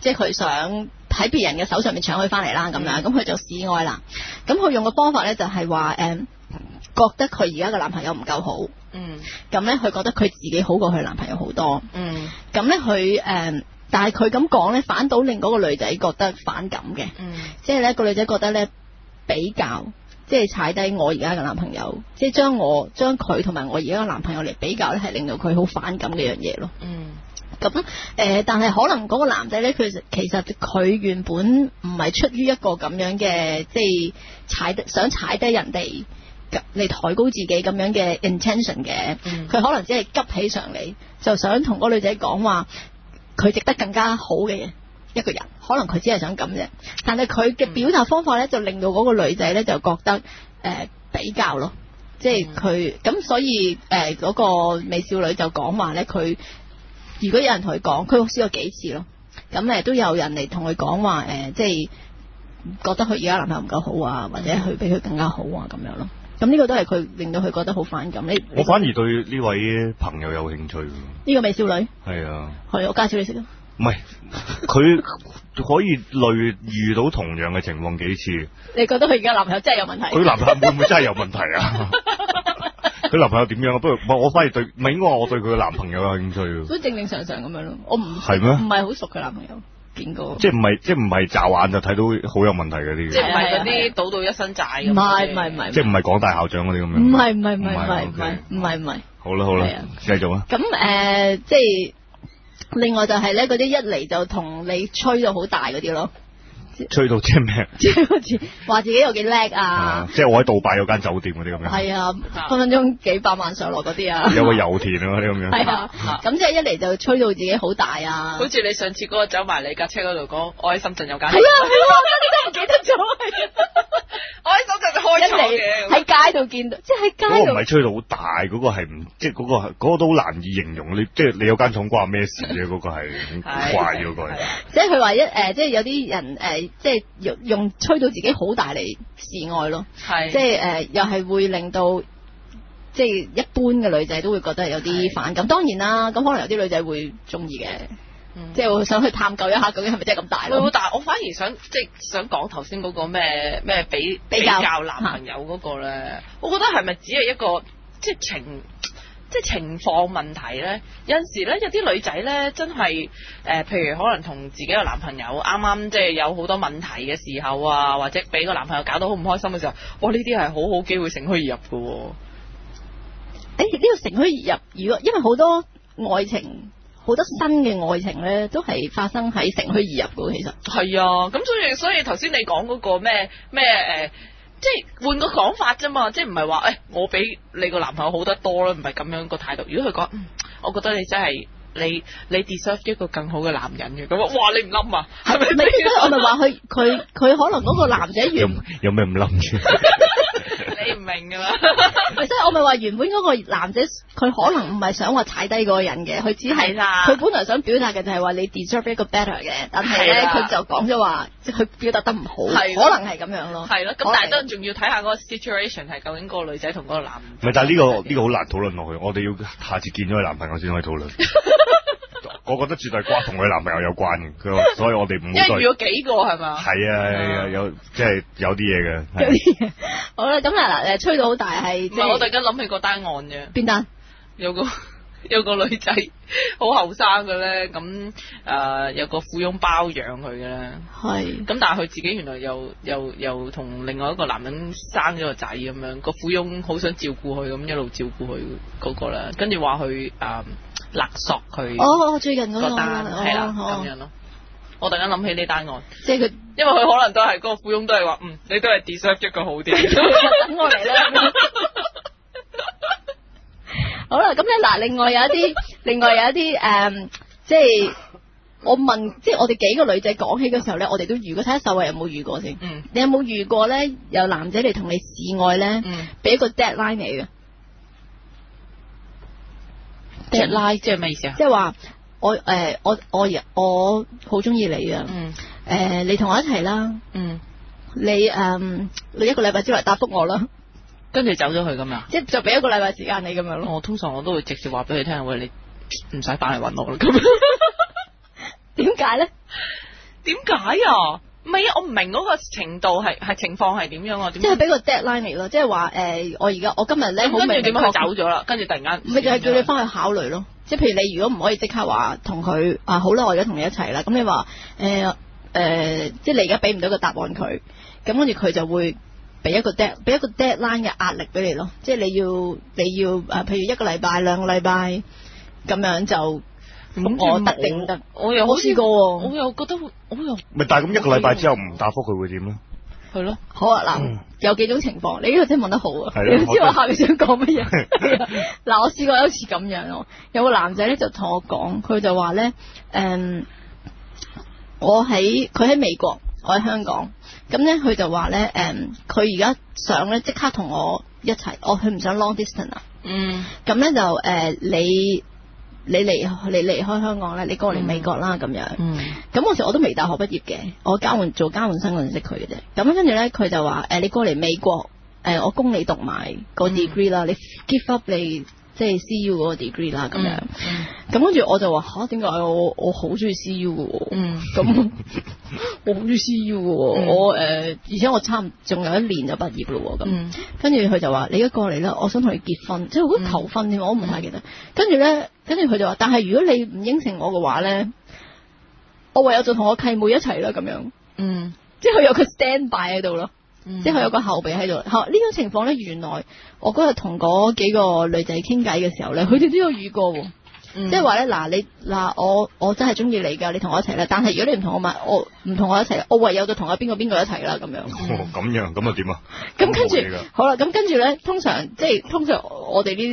[SPEAKER 1] 即係佢想喺別人嘅手上面搶佢翻嚟啦，咁樣，咁佢就示愛啦。咁佢用嘅方法咧就係話誒，覺得佢而家嘅男朋友唔夠好，
[SPEAKER 2] 嗯
[SPEAKER 1] 咁咧佢覺得佢自己好過佢男朋友好多，
[SPEAKER 2] 嗯
[SPEAKER 1] 咁咧佢誒，但係佢咁講咧，反倒令嗰個女仔覺得反感嘅。
[SPEAKER 2] 嗯
[SPEAKER 1] 即係咧個女仔覺得咧比較，即係踩低我而家嘅男朋友，即係將我將佢同埋我而家嘅男朋友嚟比較咧，係令到佢好反感嘅一樣嘢咯。
[SPEAKER 2] 嗯
[SPEAKER 1] 咁诶、呃但係可能嗰個男仔咧，佢其實佢原本唔係出於一個咁樣嘅，即係踩低想踩低人哋咁嚟抬高自己咁樣嘅 intention 嘅，佢、
[SPEAKER 2] 嗯
[SPEAKER 1] 可能只係急起上嚟，就想同嗰個女仔講話，佢值得更加好嘅一個人，可能佢只係想咁啫。但係佢嘅表達方法咧，就令到嗰個女仔咧就覺得诶、呃比較咯。即係佢咁，所以诶嗰、個美少女就講話咧，佢如果有人同佢講，呃佢試過幾次咯。咁誒都有人嚟同佢講話誒，即係覺得佢而家男朋友唔夠好啊，或者佢比佢更加好啊咁樣咯。咁呢個都係佢令到佢覺得好反感。你
[SPEAKER 3] 我反而對呢位朋友有興趣喎。
[SPEAKER 1] 呢個美少女，
[SPEAKER 3] 係啊，
[SPEAKER 1] 係我介紹你識咯。
[SPEAKER 3] 唔係佢可以類遇到同樣嘅情況幾次，
[SPEAKER 1] 你覺得佢而家男朋友真係有問題？
[SPEAKER 3] 佢男朋友會唔會真係有問題 啊？佢男朋友點樣啊？不過唔係我反而對，唔係應該話我對佢嘅男朋友有興趣喎，
[SPEAKER 1] 都正正常常咁樣咯。我唔
[SPEAKER 3] 係咩
[SPEAKER 1] 唔係好熟佢男朋友，見過。
[SPEAKER 3] 即係唔係即係唔係驟眼就睇到好有問題嗰啲
[SPEAKER 1] 啊
[SPEAKER 2] 即
[SPEAKER 3] 嘅
[SPEAKER 2] 係唔係嗰啲賭到一身債咁
[SPEAKER 1] 唔係唔係唔
[SPEAKER 2] 係
[SPEAKER 1] 係，
[SPEAKER 3] 即係唔係廣大校長嗰啲咁樣。
[SPEAKER 1] 唔係唔係唔係唔係唔
[SPEAKER 3] 唔係
[SPEAKER 1] 係唔係唔係。
[SPEAKER 3] 好啦好啦
[SPEAKER 1] 係啊，
[SPEAKER 3] 繼續啊。
[SPEAKER 1] 咁誒、呃即係另外就係咧，嗰啲一嚟就同你吹到好大嗰啲咯，
[SPEAKER 3] 吹到即係咩？
[SPEAKER 1] 即係好似話自己有幾叻
[SPEAKER 3] 啊
[SPEAKER 1] 啊，
[SPEAKER 3] 即係我喺杜拜有間酒店嗰啲咁樣，
[SPEAKER 1] 係啊，分分鐘幾百萬上落嗰啲啊，
[SPEAKER 3] 有個油田啊嗰啲咁樣。
[SPEAKER 1] 係啊，咁即係一嚟就吹到自己好大啊，
[SPEAKER 2] 好似你上次嗰個走埋你架車嗰度講，我喺深圳有間，
[SPEAKER 1] 係啊，係啊，真係唔記得咗，
[SPEAKER 2] 我喺深圳就開
[SPEAKER 1] 一
[SPEAKER 2] 廠嘅
[SPEAKER 1] 嚟
[SPEAKER 2] 咁。
[SPEAKER 1] 喺街度見到，即係
[SPEAKER 3] 嗰
[SPEAKER 1] 喺街
[SPEAKER 3] 個唔
[SPEAKER 1] 度
[SPEAKER 3] 係吹到好大，嗰、個係唔即係嗰個係嗰、個都好難以形容。你即係你有間廠關我咩事啫？嗰、個係好怪嘅嗰個
[SPEAKER 2] 啊
[SPEAKER 3] 係。
[SPEAKER 1] 即係佢話一誒、呃即係有啲人誒、呃即係用用吹到自己好大嚟示愛咯。
[SPEAKER 2] 係
[SPEAKER 1] 即係誒、呃又係會令到即係一般嘅女仔都會覺得有啲反感。當然啦，咁可能有啲女仔會中意嘅，
[SPEAKER 2] 嗯
[SPEAKER 1] 即係會想去探究一下究竟係咪真係咁大
[SPEAKER 2] 會會，
[SPEAKER 1] 咯。
[SPEAKER 2] 但係我反而想即係想講頭先嗰個咩咩比
[SPEAKER 1] 比較
[SPEAKER 2] 較男朋友嗰個咧，我覺得係咪只係一個即係情即係情況問題咧？有陣時咧，有啲女仔咧真係誒、呃譬如可能同自己個男朋友啱啱即係有好多問題嘅時候啊，或者俾個男朋友搞到好唔開心嘅時候，哇！呢啲係好好機會乘虛而入嘅喎。
[SPEAKER 1] 誒呢、個乘虛而入，如果因為好多愛情。好多新嘅愛情咧，都係發生喺乘虛而入嘅喎，其實
[SPEAKER 2] 係啊，咁所以所以頭先你講嗰個咩咩誒，即係換個講法啫嘛，即係唔係話誒我比你個男朋友好得多啦，唔係咁樣個態度。如果佢講，嗯我覺得你真係你你 deserve 一個更好嘅男人嘅，咁啊哇 你唔冧啊，
[SPEAKER 1] 係咪？
[SPEAKER 2] 係
[SPEAKER 1] 咪
[SPEAKER 2] 咪
[SPEAKER 1] 即係我咪話佢佢佢可能嗰個男仔
[SPEAKER 3] 有
[SPEAKER 1] 原
[SPEAKER 3] 有 咩唔諗嘅？
[SPEAKER 2] 你唔明啊㗎啦？
[SPEAKER 1] 咪即係我咪話原本嗰個男仔，佢可能唔係想話踩低嗰個人嘅，佢只係
[SPEAKER 2] 係啦
[SPEAKER 1] 佢本來想表達嘅就係話你 deserve 一個 better 嘅，但係
[SPEAKER 2] 係
[SPEAKER 1] 咧
[SPEAKER 2] 啦
[SPEAKER 1] 佢就講咗話，即係佢表達得唔好，
[SPEAKER 2] 係
[SPEAKER 1] 可能係咁樣咯。
[SPEAKER 2] 係咯，
[SPEAKER 1] 可
[SPEAKER 2] 咁
[SPEAKER 1] 能
[SPEAKER 2] 但係都仲要睇下嗰個 situation 係究竟嗰個女仔同嗰個男。
[SPEAKER 3] 唔係，但係呢、個呢、個好難討論落去。我哋要下次見咗佢男朋友先可以討論。我覺得絕對關同佢男朋友有關嘅，佢所以我哋唔
[SPEAKER 2] 因為遇
[SPEAKER 3] 好
[SPEAKER 2] 咗幾個係嘛？
[SPEAKER 3] 再係啊係啊，有即係有啲嘢嘅係。啊
[SPEAKER 1] 好啦，咁啊嗱嗱誒吹到好大係
[SPEAKER 2] 唔
[SPEAKER 1] 即
[SPEAKER 2] 係我突
[SPEAKER 1] 係
[SPEAKER 2] 然間諗起個單案啫。
[SPEAKER 1] 邊單？
[SPEAKER 2] 有個 有個女仔好後生嘅咧，咁誒、呃有個富翁包養佢嘅咧，
[SPEAKER 1] 係
[SPEAKER 2] 咁但係佢自己原來又又又同另外一個男人生咗個仔咁樣，個富翁好想照顧佢，咁一路照顧佢嗰個啦，跟呃住話佢誒勒索佢
[SPEAKER 1] 哦，最近嗰個
[SPEAKER 2] 嗯個單係啦咁
[SPEAKER 1] 哦
[SPEAKER 2] 樣咯，我突然間諗起呢單案，
[SPEAKER 1] 即係佢
[SPEAKER 2] 因為佢可能都係嗰個附庸都係話，嗯，你都係 deserve 一個好啲。
[SPEAKER 1] 等我嚟啦。好啦，咁咧嗱，另外有一啲， 另外有一啲诶、誒即係我問，即係我哋幾個女仔講起嘅時候咧，我哋都遇過，睇下秀慧有冇遇過先。
[SPEAKER 2] 嗯
[SPEAKER 1] 你有冇遇過咧？有男仔嚟同你示愛咧，
[SPEAKER 2] 嗯
[SPEAKER 1] 俾、一個 deadline 你嘅
[SPEAKER 2] 拉即係咩意思啊？
[SPEAKER 1] 即係話我诶、誒我我我好中意你啊！
[SPEAKER 2] 嗯
[SPEAKER 1] 诶、你同我一齊啦，
[SPEAKER 2] 嗯，
[SPEAKER 1] 你诶、你一個禮拜之內答覆我啦，
[SPEAKER 2] 跟住走咗佢咁啊！
[SPEAKER 1] 即係就俾一個禮拜時間你咁樣咯。
[SPEAKER 2] 我通常我都會直接話俾佢聽，喂，你唔使翻嚟揾我啦咁。
[SPEAKER 1] 點解咧？
[SPEAKER 2] 點解啊？唔係啊，我唔明嗰個程度係係情況係點樣啊？點
[SPEAKER 1] 即係俾個 deadline 嚟咯，即係話诶，誒我而家我今日咧好
[SPEAKER 2] 咁
[SPEAKER 1] 明
[SPEAKER 2] 跟
[SPEAKER 1] 明
[SPEAKER 2] 住點啊解
[SPEAKER 1] 確
[SPEAKER 2] 佢走咗啦？跟住突然間
[SPEAKER 1] 咪就係叫你翻去考慮咯。即係譬如你如果唔可以即刻話同佢啊好啦，我而家同你一齊啦，咁你話誒誒，即係你而家俾唔到個答案佢，咁跟住佢就會俾一個 dead 俾一個 deadline 嘅壓力俾你咯。即係你要你要啊，譬如一個禮拜兩個禮拜咁樣就
[SPEAKER 2] 咁
[SPEAKER 1] 我得定唔得？
[SPEAKER 2] 我又好
[SPEAKER 1] 我
[SPEAKER 2] 似
[SPEAKER 1] 試過
[SPEAKER 2] 我
[SPEAKER 1] 喎，
[SPEAKER 2] 又覺得我又
[SPEAKER 3] 咪但係咁一個禮拜之後唔答覆佢會點咧？
[SPEAKER 2] 係咯，
[SPEAKER 1] 好啊嗱，有幾種情況，你呢個真係問得好啊！
[SPEAKER 3] 嗯係啊
[SPEAKER 1] 你都知
[SPEAKER 3] 我
[SPEAKER 1] 我
[SPEAKER 3] 都
[SPEAKER 1] 下面想講乜嘢？ 係啊 嗱，我試過有一次咁樣咯，有個男仔咧就同我講，佢就話咧，誒、我喺佢喺美國，我喺香港，咁咧佢就話咧，誒、佢而家想咧即刻同我一齊，我佢唔想 long distance 啊，
[SPEAKER 2] 嗯
[SPEAKER 1] 咁咧就誒、呃你你離你離開香港咧，你過嚟美國啦咁樣。
[SPEAKER 2] 嗯
[SPEAKER 1] 咁嗰時我都未大學畢業嘅，我交換做交換生嗰陣識佢嘅啫。咁跟住咧，佢就話：誒、你過嚟美國，誒、我供你讀埋個
[SPEAKER 2] 嗯
[SPEAKER 1] degree 啦，你 give up 你即係 CU 嗰個 degree 啦咁
[SPEAKER 2] 嗯
[SPEAKER 1] 樣。咁跟住我就話吓，點解我我好中意 CU 嘅喎？
[SPEAKER 2] 嗯
[SPEAKER 1] 咁 我好中意 CU 嘅喎，
[SPEAKER 2] 嗯
[SPEAKER 1] 我誒、而且我差唔仲有一年就畢業咯喎咁。
[SPEAKER 2] 嗯
[SPEAKER 1] 跟住佢就話：你而家過嚟啦，我想同你結婚，即係好似求婚添，我唔太記得。跟住咧，跟住佢就話：但係如果你唔應承我嘅話咧，我唯有就同我契妹一齊啦咁樣。
[SPEAKER 2] 嗯
[SPEAKER 1] 即係佢有個 stand by 喺度咯，
[SPEAKER 2] 嗯
[SPEAKER 1] 即係佢有個後備喺度。嚇呢種情況咧，原來我嗰日同嗰幾個女仔傾偈嘅時候咧，佢哋都有遇過喎。
[SPEAKER 2] 嗯
[SPEAKER 1] 即係話咧，嗱你嗱我我真係中意你㗎，你同我一齊啦。但係如果你唔同我埋，我唔同我一齊，我唯有就同阿邊個邊個一齊啦咁樣。
[SPEAKER 3] 哦咁樣咁啊點啊？
[SPEAKER 1] 咁跟
[SPEAKER 3] 冇嘢㗎
[SPEAKER 1] 住好啦，咁跟住咧，通常即係通常我哋呢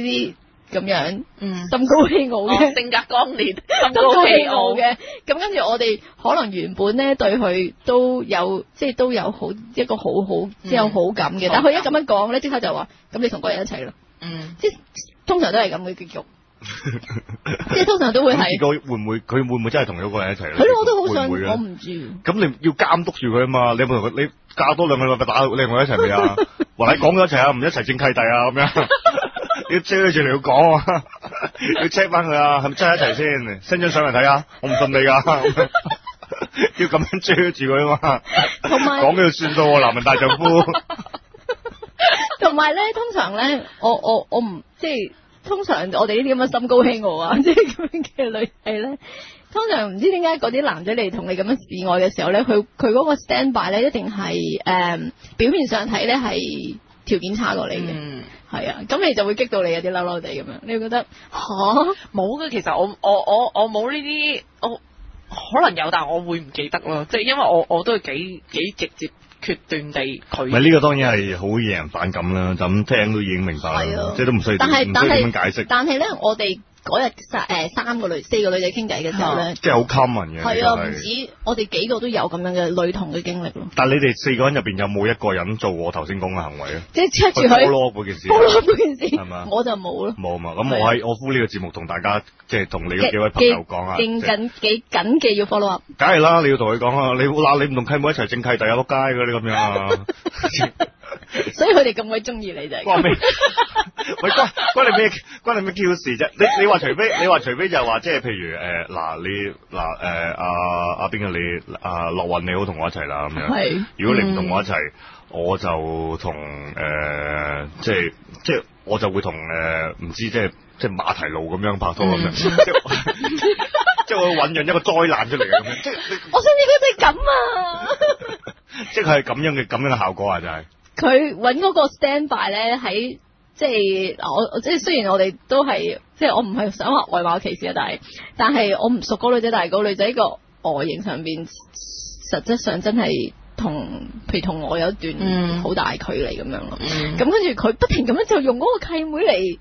[SPEAKER 1] 啲咁樣
[SPEAKER 2] 嗯
[SPEAKER 1] 心高氣傲
[SPEAKER 2] 哦
[SPEAKER 1] 嘅，
[SPEAKER 2] 性格剛烈，
[SPEAKER 1] 心
[SPEAKER 2] 心
[SPEAKER 1] 高氣傲，嘅，咁跟住我哋可能原本咧對佢都有即係都有好一個好好
[SPEAKER 3] 嗯
[SPEAKER 1] 即係有好感嘅，
[SPEAKER 2] 好
[SPEAKER 1] 但
[SPEAKER 2] 感
[SPEAKER 1] 係佢一咁樣講咧，即刻就話咁你同嗰個人一齊咯，
[SPEAKER 2] 嗯
[SPEAKER 1] 即係通常都係咁嘅 結局，即係通常 都會
[SPEAKER 3] 咁結
[SPEAKER 1] 係，
[SPEAKER 3] 果會唔會佢會唔會真係同嗰個人一齊咧？
[SPEAKER 1] 係咯，我都好想
[SPEAKER 3] 會唔會啊
[SPEAKER 1] 我唔住。
[SPEAKER 3] 咁你要監督住佢啊嘛，你有冇同佢你嫁多兩個禮拜打你同佢一齊 未啊？話你講咗一齊啊，唔一齊正契弟啊咁樣，要追住嚟講啊，要 check 翻佢啊，係咪真係一齊先？send 張相嚟睇下，我唔信你噶，咁樣要咁樣追住佢啊嘛，
[SPEAKER 1] 同埋
[SPEAKER 3] 講咗就算數喎，男人大丈 夫，
[SPEAKER 1] 同埋咧，通常咧，我我我唔即係通常我哋呢啲咁嘅心高氣傲啊， 即係咁樣嘅女仔咧，通常唔知點解嗰啲男仔嚟同你咁樣示愛嘅時候咧，佢佢嗰個 stand by 咧，一定係誒、表面上睇咧係條件差過你嘅，
[SPEAKER 2] 嗯。
[SPEAKER 1] 係、啊，咁你就會激到你有啲嬲嬲地咁樣，你會覺得吓，
[SPEAKER 2] 冇嘅，其實我我我我冇呢啲，我可能有，但我會唔記得咯，即係因為我我都係幾幾直接決斷地
[SPEAKER 3] 唔
[SPEAKER 2] 拒
[SPEAKER 3] 係呢個當然係好惹人反感啦，就咁聽都已經明白
[SPEAKER 1] 係
[SPEAKER 3] 啦
[SPEAKER 1] 啊，
[SPEAKER 3] 即係都唔需要
[SPEAKER 1] 但係
[SPEAKER 3] 唔
[SPEAKER 1] 但
[SPEAKER 3] 需要
[SPEAKER 1] 係
[SPEAKER 3] 點樣解釋，
[SPEAKER 1] 但係咧，我哋嗰日三誒三個女四個女仔傾偈嘅時候咧，
[SPEAKER 3] 即係好 common 嘅。
[SPEAKER 1] 係啊，
[SPEAKER 3] 呢個
[SPEAKER 1] 唔
[SPEAKER 3] 係
[SPEAKER 1] 止我哋幾個都有咁樣嘅女童嘅經歷 咯，
[SPEAKER 3] 但係你哋四個人入邊有冇一個人做我頭先講嘅 行為啊？
[SPEAKER 1] 即係 check 住
[SPEAKER 3] 去
[SPEAKER 1] 佢
[SPEAKER 3] follow up 嗰件 事。
[SPEAKER 1] 冇咯嗰件事
[SPEAKER 3] 係嘛，
[SPEAKER 1] 我就冇咯。
[SPEAKER 3] 冇嘛，咁我喺我呼呢個節目同大家即係同你嗰幾位朋友講啊，
[SPEAKER 1] 記
[SPEAKER 3] 即係
[SPEAKER 1] 緊記緊記要 follow up。
[SPEAKER 3] 梗係啦，你要同佢講啊，你嗱你唔同契妹一齊正契弟啊，仆街嘅你咁 樣啊，
[SPEAKER 1] 所以佢哋咁鬼中意你就係
[SPEAKER 3] 關
[SPEAKER 1] 咁。
[SPEAKER 3] 咩？ 喂關關你咩關你咩 Q 事啫？你你話除非你話除非就係話即係譬如誒嗱你嗱誒阿阿邊個你啊樂運你好同我一齊啦咁樣，
[SPEAKER 1] 係
[SPEAKER 3] 如果你唔同我一齊，
[SPEAKER 1] 嗯
[SPEAKER 3] 我就同誒即係即係我就會同誒唔知即係即係馬蹄路咁樣拍拖咁樣，
[SPEAKER 1] 嗯
[SPEAKER 3] 即係即係我會 醖釀一個災難出嚟嘅咁樣，即係你
[SPEAKER 1] 我想知佢真係咁啊！
[SPEAKER 3] 即係佢係咁樣嘅咁樣嘅效果啊，就係、
[SPEAKER 1] 佢揾嗰個 stand by 咧喺。即係我即係雖然我哋都係即係我唔係想話外貌歧視啊，但係但係我唔熟嗰個女仔，但係嗰個女仔個外形上邊，實質上真係同譬如同我有一段
[SPEAKER 2] 嗯
[SPEAKER 1] 好大距離咁樣咯。
[SPEAKER 2] 嗯
[SPEAKER 1] 咁跟住佢不停咁樣就用嗰個契妹嚟，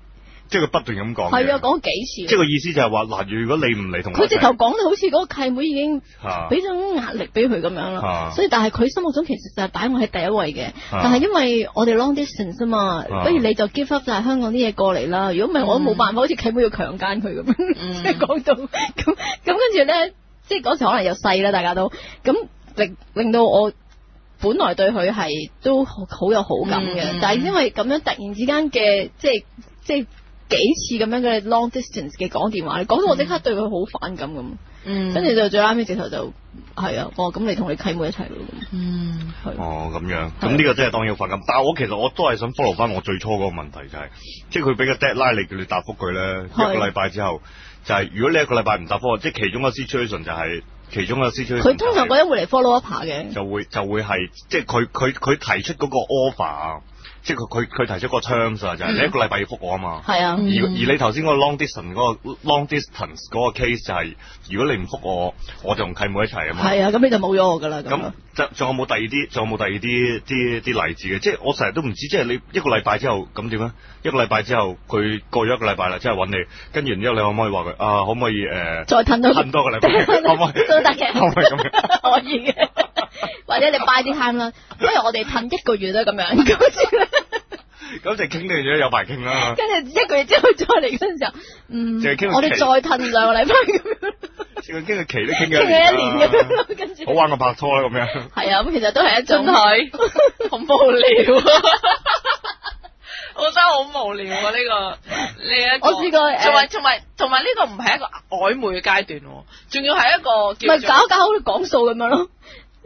[SPEAKER 3] 即係佢不斷咁講嘅。
[SPEAKER 1] 係啊，講咗幾
[SPEAKER 3] 即係
[SPEAKER 1] 次。
[SPEAKER 3] 個意思就係話嗱，如果你唔嚟同我
[SPEAKER 1] 佢
[SPEAKER 3] 一齊啊
[SPEAKER 1] 直頭講到好似嗰個契妹已經
[SPEAKER 3] 嚇
[SPEAKER 1] 俾咗壓力俾佢咁樣啦
[SPEAKER 3] 啊，
[SPEAKER 1] 所以但係佢心目中其實就係擺我喺第一位嘅，
[SPEAKER 3] 啊
[SPEAKER 1] 但係因為我哋 long distance 啊嘛，
[SPEAKER 3] 啊嗯
[SPEAKER 1] 不如你就 give up 晒香港啲嘢過嚟啦，如果唔係我都冇辦法，好似契妹要強姦佢咁樣，
[SPEAKER 2] 嗯
[SPEAKER 1] 即係講到咁咁跟住咧，即係嗰時可能又細啦，大家都咁令令到我。本來對佢係都好好有好感嘅，
[SPEAKER 2] 嗯
[SPEAKER 1] 但係因為咁樣突然之間嘅即係即係幾次咁樣嘅 long distance 嘅講電話，講到我即刻對佢好反感咁。
[SPEAKER 2] 嗯
[SPEAKER 1] 跟住就最拉尾直頭就係啊，哦咁你同你契妹一齊咯，
[SPEAKER 2] 嗯
[SPEAKER 1] 咁係
[SPEAKER 3] 哦，咁樣，咁呢個真係當要罰金。但係我其實我都係想 follow 翻我最初嗰個問題，就係、即係佢俾個 deadline 你叫你答覆佢咧，
[SPEAKER 1] 係
[SPEAKER 3] 一個禮拜之後，就係、如果你一個禮拜唔答覆我，即係其中一個 situation 就係、其中一個 situation
[SPEAKER 1] 佢通常
[SPEAKER 3] 就
[SPEAKER 1] 嗰
[SPEAKER 3] 係
[SPEAKER 1] 一會嚟 follow up 下嘅，
[SPEAKER 3] 就會就會係即係佢佢佢提出嗰個 offer 啊，即係佢佢佢提出個 terms 啊，就係、
[SPEAKER 1] 嗯
[SPEAKER 3] 你一個禮拜要覆我啊嘛。
[SPEAKER 1] 係啊
[SPEAKER 3] 而，
[SPEAKER 2] 嗯
[SPEAKER 3] 而你頭先嗰個 long distance 嗰、個 long distance 嗰個 case 就係、如果你唔覆我，我就同契妹一齊啊嘛。
[SPEAKER 1] 係啊，咁你就冇咗我噶啦
[SPEAKER 3] 咁
[SPEAKER 1] 咁。
[SPEAKER 3] 就仲有冇第二啲？仲有冇第二啲啲啲例子嘅？即係我成日都唔知，即係你一個禮拜之後咁點啊？一個禮拜之後佢過咗一個禮拜啦，即係揾你，跟住然之後你可唔可以話佢啊？可唔可以 誒？
[SPEAKER 1] 再褪多
[SPEAKER 3] 褪多個 禮拜可唔可以
[SPEAKER 1] 都得
[SPEAKER 3] 可唔
[SPEAKER 1] 嘅，
[SPEAKER 3] 可以咁樣？
[SPEAKER 1] 可以嘅，或者你 buy 啲 time 啦，不如我哋褪一個月啦咁樣，咁
[SPEAKER 3] 咁就傾定咗有排 傾啦，
[SPEAKER 1] 跟住一個月之後再嚟嗰陣時候，嗯，
[SPEAKER 3] 淨係傾到
[SPEAKER 1] 我哋
[SPEAKER 3] 期
[SPEAKER 1] 再褪兩個禮拜咁樣，
[SPEAKER 3] 即係傾個期都 傾
[SPEAKER 1] 傾
[SPEAKER 3] 咗
[SPEAKER 1] 咗一年咁樣
[SPEAKER 3] 啦
[SPEAKER 1] 咯，跟住
[SPEAKER 3] 好啊玩過拍拖啦咁樣。
[SPEAKER 1] 係啊，咁其實都係一
[SPEAKER 2] 真
[SPEAKER 1] 種
[SPEAKER 2] 係好無聊啊！ 我覺得好無聊啊！呢、個呢一個
[SPEAKER 1] 我試過誒
[SPEAKER 2] 同埋同埋同埋呢個唔係一個曖昧嘅階段喎，仲要係一個
[SPEAKER 1] 咪
[SPEAKER 2] 叫
[SPEAKER 1] 搞
[SPEAKER 2] 做
[SPEAKER 1] 搞好似講數咁樣咯。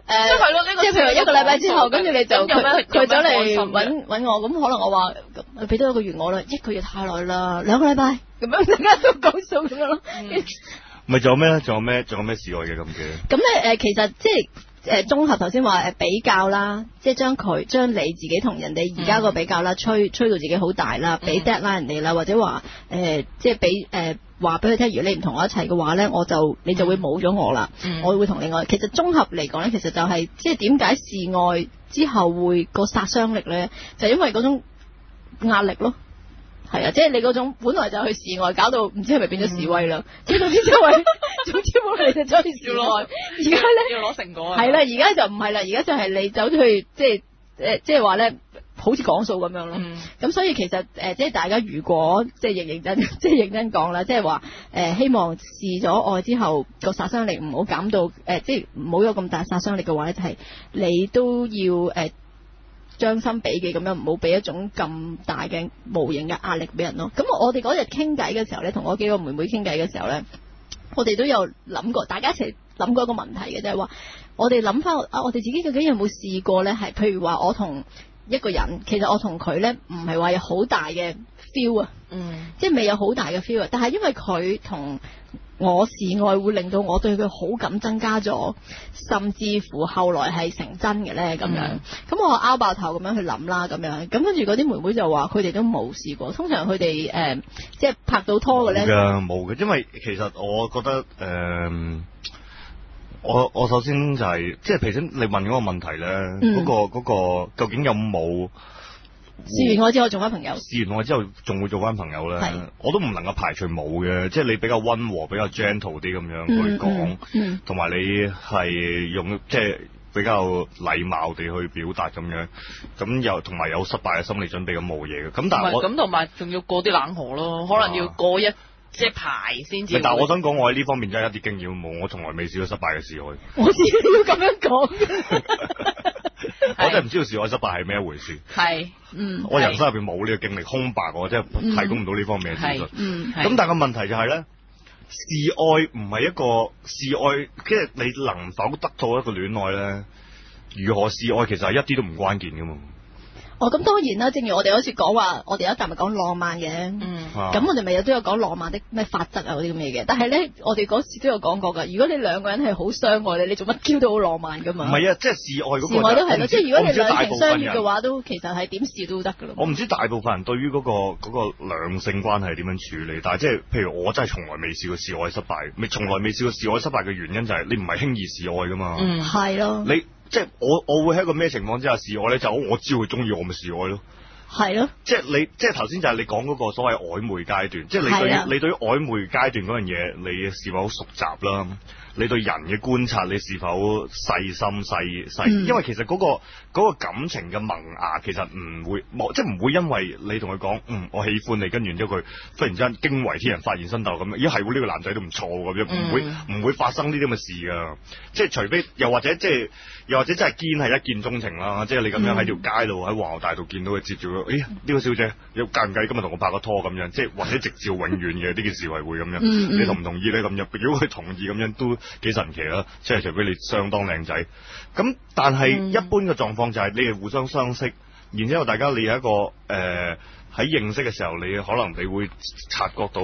[SPEAKER 2] 即係
[SPEAKER 1] 誒，
[SPEAKER 2] 係咯呢個
[SPEAKER 1] 即係譬如一個禮拜之後，跟住你就
[SPEAKER 2] 咁有
[SPEAKER 1] 佢
[SPEAKER 2] 咩
[SPEAKER 1] 佢走嚟
[SPEAKER 2] 有咩開心
[SPEAKER 1] 揾揾我，咁可能我話咁俾多一個月我啦，一個月太耐啦，兩個禮拜咁樣，大家都講數咁樣咯。
[SPEAKER 2] 嗯
[SPEAKER 3] 咪仲有咩咧？仲有咩？仲有咩事外嘅咁嘅？
[SPEAKER 1] 咁咧誒，呃其實即係誒呃綜合頭先話誒比較啦，即係將佢將你自己同人哋而家個比較啦，吹吹到自己好大啦，
[SPEAKER 2] 嗯
[SPEAKER 1] 俾 deadline 人哋啦，或者話誒即係俾誒話俾佢聽，如果你唔同我一齊嘅話咧，我就你就會冇咗我啦。
[SPEAKER 2] 嗯
[SPEAKER 1] 我會同另外，其實綜合嚟講咧，其實就係、即係點解示愛之後會個殺傷力咧，就因為嗰種壓力咯。係啊，即係你嗰種本來就去示愛，搞到唔知係咪變咗示威啦。即係總之就係， 總之冇理就走去示
[SPEAKER 2] 要
[SPEAKER 1] 愛。
[SPEAKER 2] 攞
[SPEAKER 1] 而家咧
[SPEAKER 2] 要攞成果啊
[SPEAKER 1] 係啦，而家就唔係啦，而家就係你走去即係誒，即係話咧，好似講數咁樣咯。
[SPEAKER 2] 嗯
[SPEAKER 1] 咁所以其實誒、呃即係大家如果即係認認真， 即係認真講啦，即係話誒，希望試咗愛之後個殺傷力唔好減到誒、呃即係唔好有咁大殺傷力嘅話咧，就係、你都要誒、呃、將心比己咁樣，唔好俾一種咁大嘅無形嘅壓力俾人咯。咁我哋嗰日傾偈嘅時候咧，同我幾個妹妹傾偈嘅時候咧，我哋都有諗過，大家一齊諗過一個問題嘅，就係、話我哋諗翻啊，我哋自己究竟有冇試過咧？係譬如話我同。一個人，其實我同佢咧唔係話有好大嘅 feel 啊，
[SPEAKER 2] 嗯
[SPEAKER 1] 即係未有好大嘅 feel 啊。但係因為佢同我示愛，會令到我對佢好感增加咗，甚至乎後來係成真嘅咧咁樣
[SPEAKER 2] 嗯。
[SPEAKER 1] 咁、我拗爆頭咁樣去諗啦，咁樣咁跟住嗰啲妹妹就話佢哋都冇試過，通常佢哋誒即係拍到拖嘅
[SPEAKER 3] 冇
[SPEAKER 1] 咧，
[SPEAKER 3] 㗎，冇嘅，因為其實我覺得誒、嗯我我首先就係、即係譬如先你問嗰個問題咧，嗰、
[SPEAKER 1] 嗯
[SPEAKER 3] 個嗰、個究竟有冇
[SPEAKER 1] 試完我之後仲有朋友，
[SPEAKER 3] 試完我之後仲會做翻朋友咧
[SPEAKER 1] 係？
[SPEAKER 3] 我都唔能夠排除冇嘅，即係你比較温和、比較 gentle 啲咁樣去
[SPEAKER 1] 嗯
[SPEAKER 3] 講
[SPEAKER 1] 嗯，嗯
[SPEAKER 3] 同埋、你係用即係。比較禮貌地去表達咁樣，咁又同埋有失敗嘅心理準備咁冇嘢嘅。咁但
[SPEAKER 2] 唔係
[SPEAKER 3] 係我啊
[SPEAKER 2] 咁同埋仲要過啲冷河咯，可能要過一即係排先至
[SPEAKER 3] 咪
[SPEAKER 2] 會。
[SPEAKER 3] 但係我想講，我喺呢方面真係一啲經驗都冇，我從來未試過失敗嘅事去。
[SPEAKER 1] 我知你要咁樣講嘅，
[SPEAKER 3] 我真係唔知道示愛失敗係咩一回事，
[SPEAKER 2] 係
[SPEAKER 1] 嗯
[SPEAKER 3] 我人生入邊冇呢個經歷，空白我真
[SPEAKER 1] 嗯
[SPEAKER 3] 係提供唔到呢方面嘅資訊
[SPEAKER 2] 係。
[SPEAKER 1] 嗯
[SPEAKER 2] 係
[SPEAKER 3] 咁但係個問題就係咧，示愛唔係一個示愛，即係你能否得到一個戀愛咧，如何示愛其實係一啲都唔關鍵噶嘛。
[SPEAKER 1] 哦，咁當然啦，正如我哋好似講話，我哋有一集咪講浪漫嘅。
[SPEAKER 2] 嗯，
[SPEAKER 3] 啊
[SPEAKER 1] 咁我哋咪有都有講浪漫的咩法則啊嗰啲咁嘅嘢嘅，但係咧我哋嗰時都有講過㗎。如果你兩個人係好相愛咧，你做乜 Q 都好浪漫㗎
[SPEAKER 3] 唔
[SPEAKER 1] 嘛。
[SPEAKER 3] 係啊，即係示愛嗰個
[SPEAKER 1] 示愛都係
[SPEAKER 3] 我唔
[SPEAKER 1] 咯，
[SPEAKER 3] 知
[SPEAKER 1] 即係如果你兩情相悅嘅，
[SPEAKER 3] 我唔知大部分人
[SPEAKER 1] 話，都其實係點試都得㗎
[SPEAKER 3] 我
[SPEAKER 1] 咯。
[SPEAKER 3] 唔知大部分人對於嗰、個嗰、個兩性關係點樣處理，但係即係譬如我真係從來未試過示愛失敗，未從來未試過示愛失敗嘅原因就係你唔係輕易示愛噶嘛，
[SPEAKER 2] 嗯，
[SPEAKER 1] 係咯，
[SPEAKER 3] 你即係我我會喺一個咩情況之下示愛咧？就我知道佢中意我咪示愛咯。
[SPEAKER 1] 係咯，
[SPEAKER 3] 即係你，即係頭先就係你講嗰個所謂曖昧階段，即係你
[SPEAKER 1] 係啊
[SPEAKER 3] 對你對於曖昧階段嗰樣嘢，你是否熟習啦？你對人嘅觀察，你是否細心細細？
[SPEAKER 1] 嗯
[SPEAKER 3] 因為其實嗰、個嗰個感情嘅萌芽其實唔會冇，即係唔會因為你同佢講，嗯，我喜歡你，跟住然之後佢忽然之間驚為天人發現身鬥咁，咦係喎，呢、個男仔都唔錯喎咁樣，唔會唔、
[SPEAKER 1] 嗯
[SPEAKER 3] 會發生呢啲咁嘅事㗎。即係除非又或者即係又或者真係堅係一見鍾情啦，即係你咁
[SPEAKER 1] 嗯
[SPEAKER 3] 樣喺條街度喺皇后大道見到佢接住佢，咦呢、個小姐有介唔介意今日同我拍個拖咁樣，即係或者直照永遠嘅呢件事係會咁樣，
[SPEAKER 1] 嗯嗯
[SPEAKER 3] 你同唔同意咧咁樣？如果佢同意咁樣都幾神奇啦，即係除非你相當靚仔，咁但係
[SPEAKER 2] 嗯
[SPEAKER 3] 一般嘅狀況就係你哋互相相識，然之後大家你有一個誒喺、認識嘅時候，你可能你會察覺到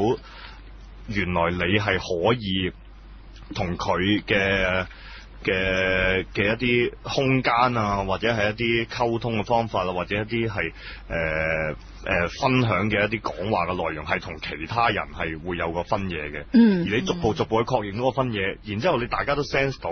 [SPEAKER 3] 原來你係可以。同佢嘅嘅嘅一啲空間啊，或者係一啲溝通嘅方法啊，或者一啲係誒誒分享嘅一啲講話嘅內容，係同其他人係會有個分野嘅。
[SPEAKER 1] 嗯
[SPEAKER 3] 而你逐步逐步去確認嗰個分野，然之後你大家都 sense 到，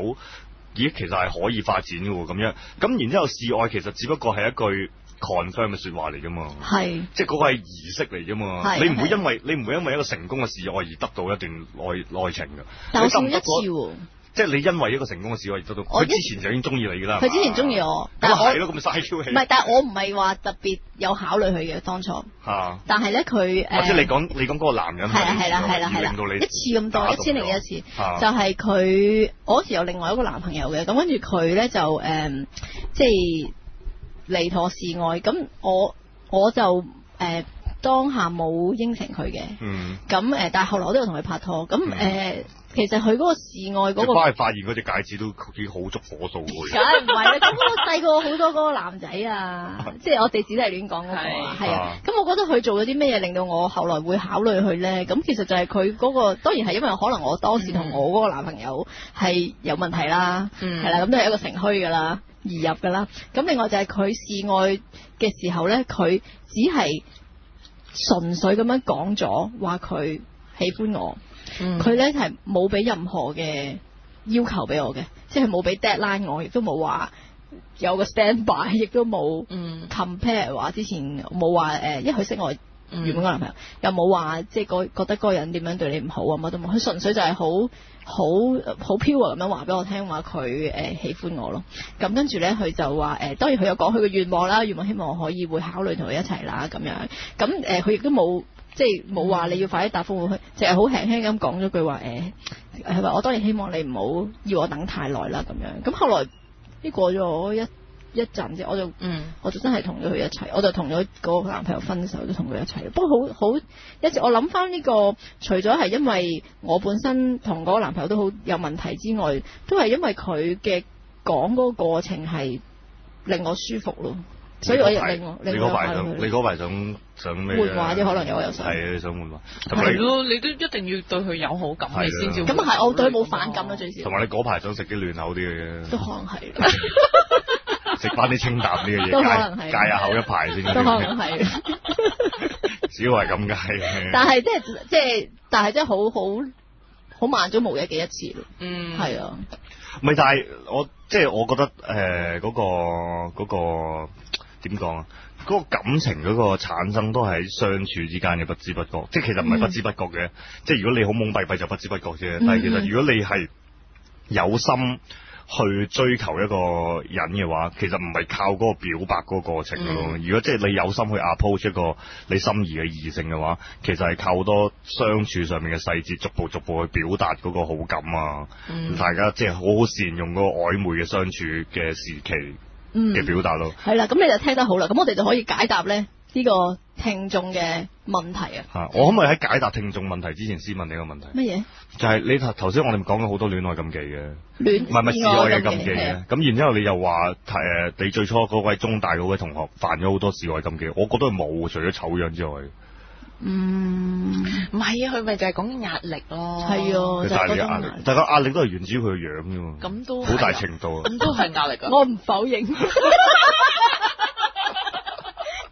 [SPEAKER 3] 咦，其實係可以發展嘅喎，咁樣。咁然之後示愛其實只不過係一句 confirm 嘅説話嚟㗎嘛。
[SPEAKER 1] 係
[SPEAKER 3] 即係嗰個係儀式嚟啫嘛，
[SPEAKER 1] 係
[SPEAKER 3] 你唔會
[SPEAKER 1] 係
[SPEAKER 3] 因為你唔會因為一個成功嘅示愛而得到一段愛愛情㗎。
[SPEAKER 1] 但我
[SPEAKER 3] 你
[SPEAKER 1] 試過一
[SPEAKER 3] 得唔得嗰
[SPEAKER 1] 次喎，
[SPEAKER 3] 即係你因為一個成功嘅示愛而得到，
[SPEAKER 1] 我
[SPEAKER 3] 佢
[SPEAKER 1] 一
[SPEAKER 3] 之前就已經中意你㗎啦。
[SPEAKER 1] 佢之前中意我，但
[SPEAKER 3] 係嘛，咁啊
[SPEAKER 1] 係
[SPEAKER 3] 係
[SPEAKER 1] 我
[SPEAKER 3] 咯，咁咪嘥 Q 氣。
[SPEAKER 1] 唔係，但係我唔係話特別有考慮佢嘅當初，
[SPEAKER 3] 嚇，
[SPEAKER 1] 但係咧佢
[SPEAKER 3] 或
[SPEAKER 1] 誒
[SPEAKER 3] 者你。講你講嗰個男人
[SPEAKER 1] 係啊啦係啦係啦
[SPEAKER 3] 而
[SPEAKER 1] 係啦
[SPEAKER 3] 令到，你
[SPEAKER 1] 一次咁多，
[SPEAKER 3] 打
[SPEAKER 1] 一
[SPEAKER 3] 動
[SPEAKER 1] 千零一
[SPEAKER 3] 咗
[SPEAKER 1] 次，
[SPEAKER 3] 啊
[SPEAKER 1] 就係佢我嗰時有另外一個男朋友嘅，咁跟住佢咧就誒、嗯即係嚟同我示愛，咁我我就誒、呃、當下冇應承佢嘅，
[SPEAKER 3] 嗯，
[SPEAKER 1] 咁誒、呃但係後來我都有同佢拍拖，咁誒、
[SPEAKER 3] 嗯
[SPEAKER 1] 呃其實佢嗰個示愛嗰、
[SPEAKER 3] 佢
[SPEAKER 1] 個。
[SPEAKER 3] 翻去發現嗰隻戒指都幾好足火數
[SPEAKER 1] 梗
[SPEAKER 3] 㗎。
[SPEAKER 1] 係唔係啦，咁我細個好多嗰個男仔 啊，即係我哋只係亂講嗰個啊，
[SPEAKER 2] 係
[SPEAKER 1] 係啊
[SPEAKER 3] 啊，
[SPEAKER 1] 咁我覺得佢做咗啲咩嘢令到我後來會考慮佢咧？咁其實就係佢嗰個，當然係因為可能我當時同我嗰個男朋友係有問題啦，
[SPEAKER 2] 嗯
[SPEAKER 1] 係啦，咁都係一個乘虛噶啦，移入噶啦。咁另外就係佢示愛嘅時候咧，佢只係純粹咁樣講咗話佢喜歡我。
[SPEAKER 2] 佢
[SPEAKER 1] 佢咧係冇俾任何嘅要求俾我嘅，即係冇俾 deadline 我，亦都冇話有個 standby，亦都冇
[SPEAKER 2] 嗯
[SPEAKER 1] compare 話之前冇話誒，因為佢識我
[SPEAKER 2] 嗯
[SPEAKER 1] 原本個男朋友，又冇話即係嗰覺得嗰個人點樣對你唔好啊乜都冇，佢純粹就係好好好 pure 啊咁樣話俾我聽話佢誒喜歡我咯。咁跟住咧，佢就話誒、當然佢有講佢嘅願望啦，願望希望我可以會考慮同佢一齊啦咁樣。咁誒，佢、亦都冇即係冇話你要快啲答覆我，佢淨係好輕輕咁講咗句話誒，係、話我當然希望你唔好要我等太耐啦咁樣。咁後來呢過咗一一陣啫，我就
[SPEAKER 2] 嗯
[SPEAKER 1] 我就真係同咗佢一齊，我就同咗嗰個男朋友分手，都同佢一齊。不過好好一直我諗翻呢個，除咗係因為我本身同嗰個男朋友都好有問題之外，都係因為佢嘅講嗰個過程係令我舒服咯，所以我
[SPEAKER 3] 你
[SPEAKER 1] 亦
[SPEAKER 3] 嗰排
[SPEAKER 1] 令我
[SPEAKER 3] 你
[SPEAKER 1] 令
[SPEAKER 3] 嗰
[SPEAKER 1] 我
[SPEAKER 3] 排
[SPEAKER 1] 快
[SPEAKER 3] 想你
[SPEAKER 1] 佢。
[SPEAKER 3] 嗰排想想咩啊
[SPEAKER 1] 換畫啫可能有我有想
[SPEAKER 3] 係啊，你想換畫。同埋
[SPEAKER 2] 係
[SPEAKER 3] 你
[SPEAKER 2] 咯，你都一定要對佢有好感，
[SPEAKER 3] 係啊
[SPEAKER 2] 你先至會
[SPEAKER 1] 咁係我對佢冇反感啦，啊最少
[SPEAKER 3] 同埋你嗰排想食啲暖口啲嘅
[SPEAKER 1] 都
[SPEAKER 3] 嘢，
[SPEAKER 1] 可能 係，
[SPEAKER 3] 食翻啲清淡啲嘅
[SPEAKER 1] 都可
[SPEAKER 3] 嘢，
[SPEAKER 1] 能
[SPEAKER 3] 戒
[SPEAKER 1] 係
[SPEAKER 3] 戒下口一排先。
[SPEAKER 1] 都可能係。
[SPEAKER 3] 主要係咁解
[SPEAKER 1] 但
[SPEAKER 3] 嘅。
[SPEAKER 1] 係即係即係，但係真係好好好慢咗無嘢嘅一次咯，
[SPEAKER 2] 嗯
[SPEAKER 1] 係啊，
[SPEAKER 3] 唔係，但係我即係我覺得誒嗰、個嗰、個點講啊？嗰、個感情嗰個產生都係喺相處之間嘅不知不覺，即係其實唔係不知不覺嘅，即係如果你好懵閉閉就不知不覺啫。但係其實如果你係有心去追求一個人嘅話，其實唔係靠嗰個表白嗰個過程嘅咯。
[SPEAKER 2] 嗯
[SPEAKER 3] 如果即係你有心去 approach 一個你心儀嘅異性嘅話，其實係靠好多相處上面嘅細節，逐步逐步去表達嗰個好感啊。
[SPEAKER 2] 嗯
[SPEAKER 3] 大家即係好好善用嗰個曖昧嘅相處嘅時期
[SPEAKER 1] 嗯。
[SPEAKER 3] 嘅表達咯。
[SPEAKER 1] 係啦，咁你就聽得好啦，咁我哋就可以解答咧呢個聽眾嘅問題啊。
[SPEAKER 3] 吓，我可唔可以喺解答聽眾問題之前先問你個問題？
[SPEAKER 1] 乜嘢？
[SPEAKER 3] 就係你頭頭先我哋咪講咗好多戀愛禁忌嘅，
[SPEAKER 1] 戀
[SPEAKER 3] 唔係唔係示愛嘅禁忌
[SPEAKER 1] 係啊
[SPEAKER 3] 嘅。咁然之後你又話誒，你最初嗰位中大嗰位同學犯咗好多示愛禁忌，我覺得冇，除咗醜樣之外，
[SPEAKER 1] 嗯，
[SPEAKER 2] 唔係啊，佢咪就係講緊壓力咯。
[SPEAKER 1] 係啊，
[SPEAKER 3] 佢
[SPEAKER 1] 就
[SPEAKER 3] 帶
[SPEAKER 1] 係嗰種
[SPEAKER 3] 你嘅壓力
[SPEAKER 1] 壓，力
[SPEAKER 3] 但係個壓力都係源自於佢嘅樣啫嘛，
[SPEAKER 2] 咁都係
[SPEAKER 3] 好大
[SPEAKER 2] 啊
[SPEAKER 3] 程度啊。
[SPEAKER 2] 咁都係壓力㗎。
[SPEAKER 1] 我唔否認，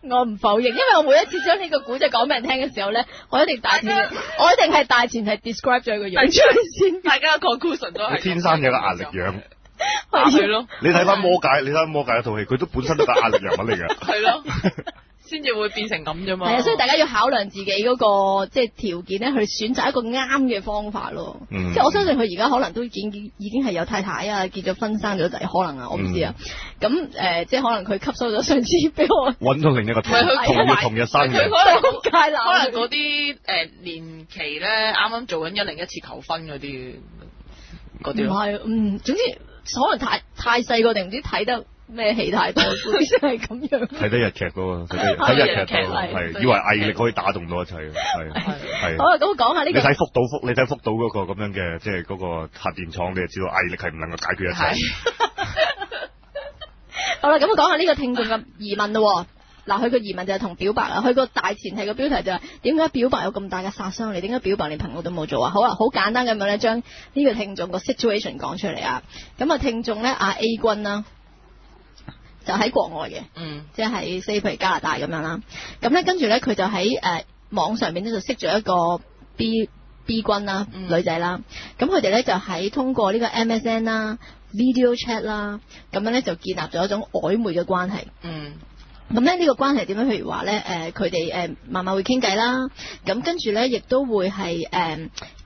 [SPEAKER 1] 我唔否認，因為我每一次將呢個古仔講俾人聽嘅時候咧，我一定大 前，我一定係大前提 describe 咗佢個樣 先，
[SPEAKER 2] 大家嘅 conclusion
[SPEAKER 1] 啊
[SPEAKER 2] 都
[SPEAKER 3] 佢
[SPEAKER 2] 係
[SPEAKER 3] 天生有個壓力樣，
[SPEAKER 2] 係咯，
[SPEAKER 3] 你睇翻魔界，你睇翻魔界一套戲，佢都本身都係壓力人物嚟㗎。
[SPEAKER 2] 係咯，先至會變成咁啫嘛。
[SPEAKER 1] 係啊，所以大家要考量自己嗰、個即係條件咧，去選擇一個啱嘅方法咯。
[SPEAKER 3] 嗯
[SPEAKER 1] 即係我相信佢而家可能都已經已經係有太太啊，結咗婚生咗仔，可能啊，我唔知啊。咁誒、呃即係可能佢吸收咗上次俾我
[SPEAKER 3] 揾到另一個同
[SPEAKER 2] 唔係佢
[SPEAKER 3] 同
[SPEAKER 2] 佢
[SPEAKER 3] 月同日生
[SPEAKER 2] 佢
[SPEAKER 3] 嘅，
[SPEAKER 2] 可能
[SPEAKER 1] 界鬧
[SPEAKER 2] 可能嗰啲誒年期咧，啱啱做緊一零一次求婚嗰啲嗰啲
[SPEAKER 1] 唔
[SPEAKER 2] 咯。
[SPEAKER 1] 係，嗯，總之可能太太細個定唔知睇得咩戲太多，總之係咁樣。
[SPEAKER 3] 睇得日劇嗰個，睇得睇日劇多，
[SPEAKER 1] 係
[SPEAKER 3] 係
[SPEAKER 2] 係
[SPEAKER 3] 以為毅力可以打動到一切，係係
[SPEAKER 1] 好。啦，啊咁講下呢
[SPEAKER 3] 你
[SPEAKER 1] 個
[SPEAKER 3] 睇福島福，你睇福島嗰個咁樣嘅，即係嗰個核電廠，你就知道毅力係唔能夠解決一切。
[SPEAKER 1] 好啦，咁啊講下呢個聽眾嘅疑問咯喎。嗱，佢個疑問就係同表白啊，佢個大前提嘅標題就係點解表白有咁大嘅殺傷力？點解表白連朋友都冇做啊？好啊，好簡單咁樣咧，將呢個聽眾個 situation 講出嚟啊。咁啊，聽眾咧，阿 A 君啦，就喺國外嘅，
[SPEAKER 2] 嗯，
[SPEAKER 1] 即係西譬如加拿大咁樣啦。咁咧，跟住咧，佢就喺誒、呃、網上面咧就識咗一個 B B 君啦，
[SPEAKER 2] 嗯
[SPEAKER 1] 女仔啦。咁佢哋咧就喺通過呢個 MSN 啦、video chat 啦，咁樣咧就建立咗一種曖昧嘅關係。
[SPEAKER 2] 嗯，
[SPEAKER 1] 咁咧呢個關係點樣？譬如話咧，誒佢哋誒慢慢會傾偈啦，咁跟住咧亦都會係誒、呃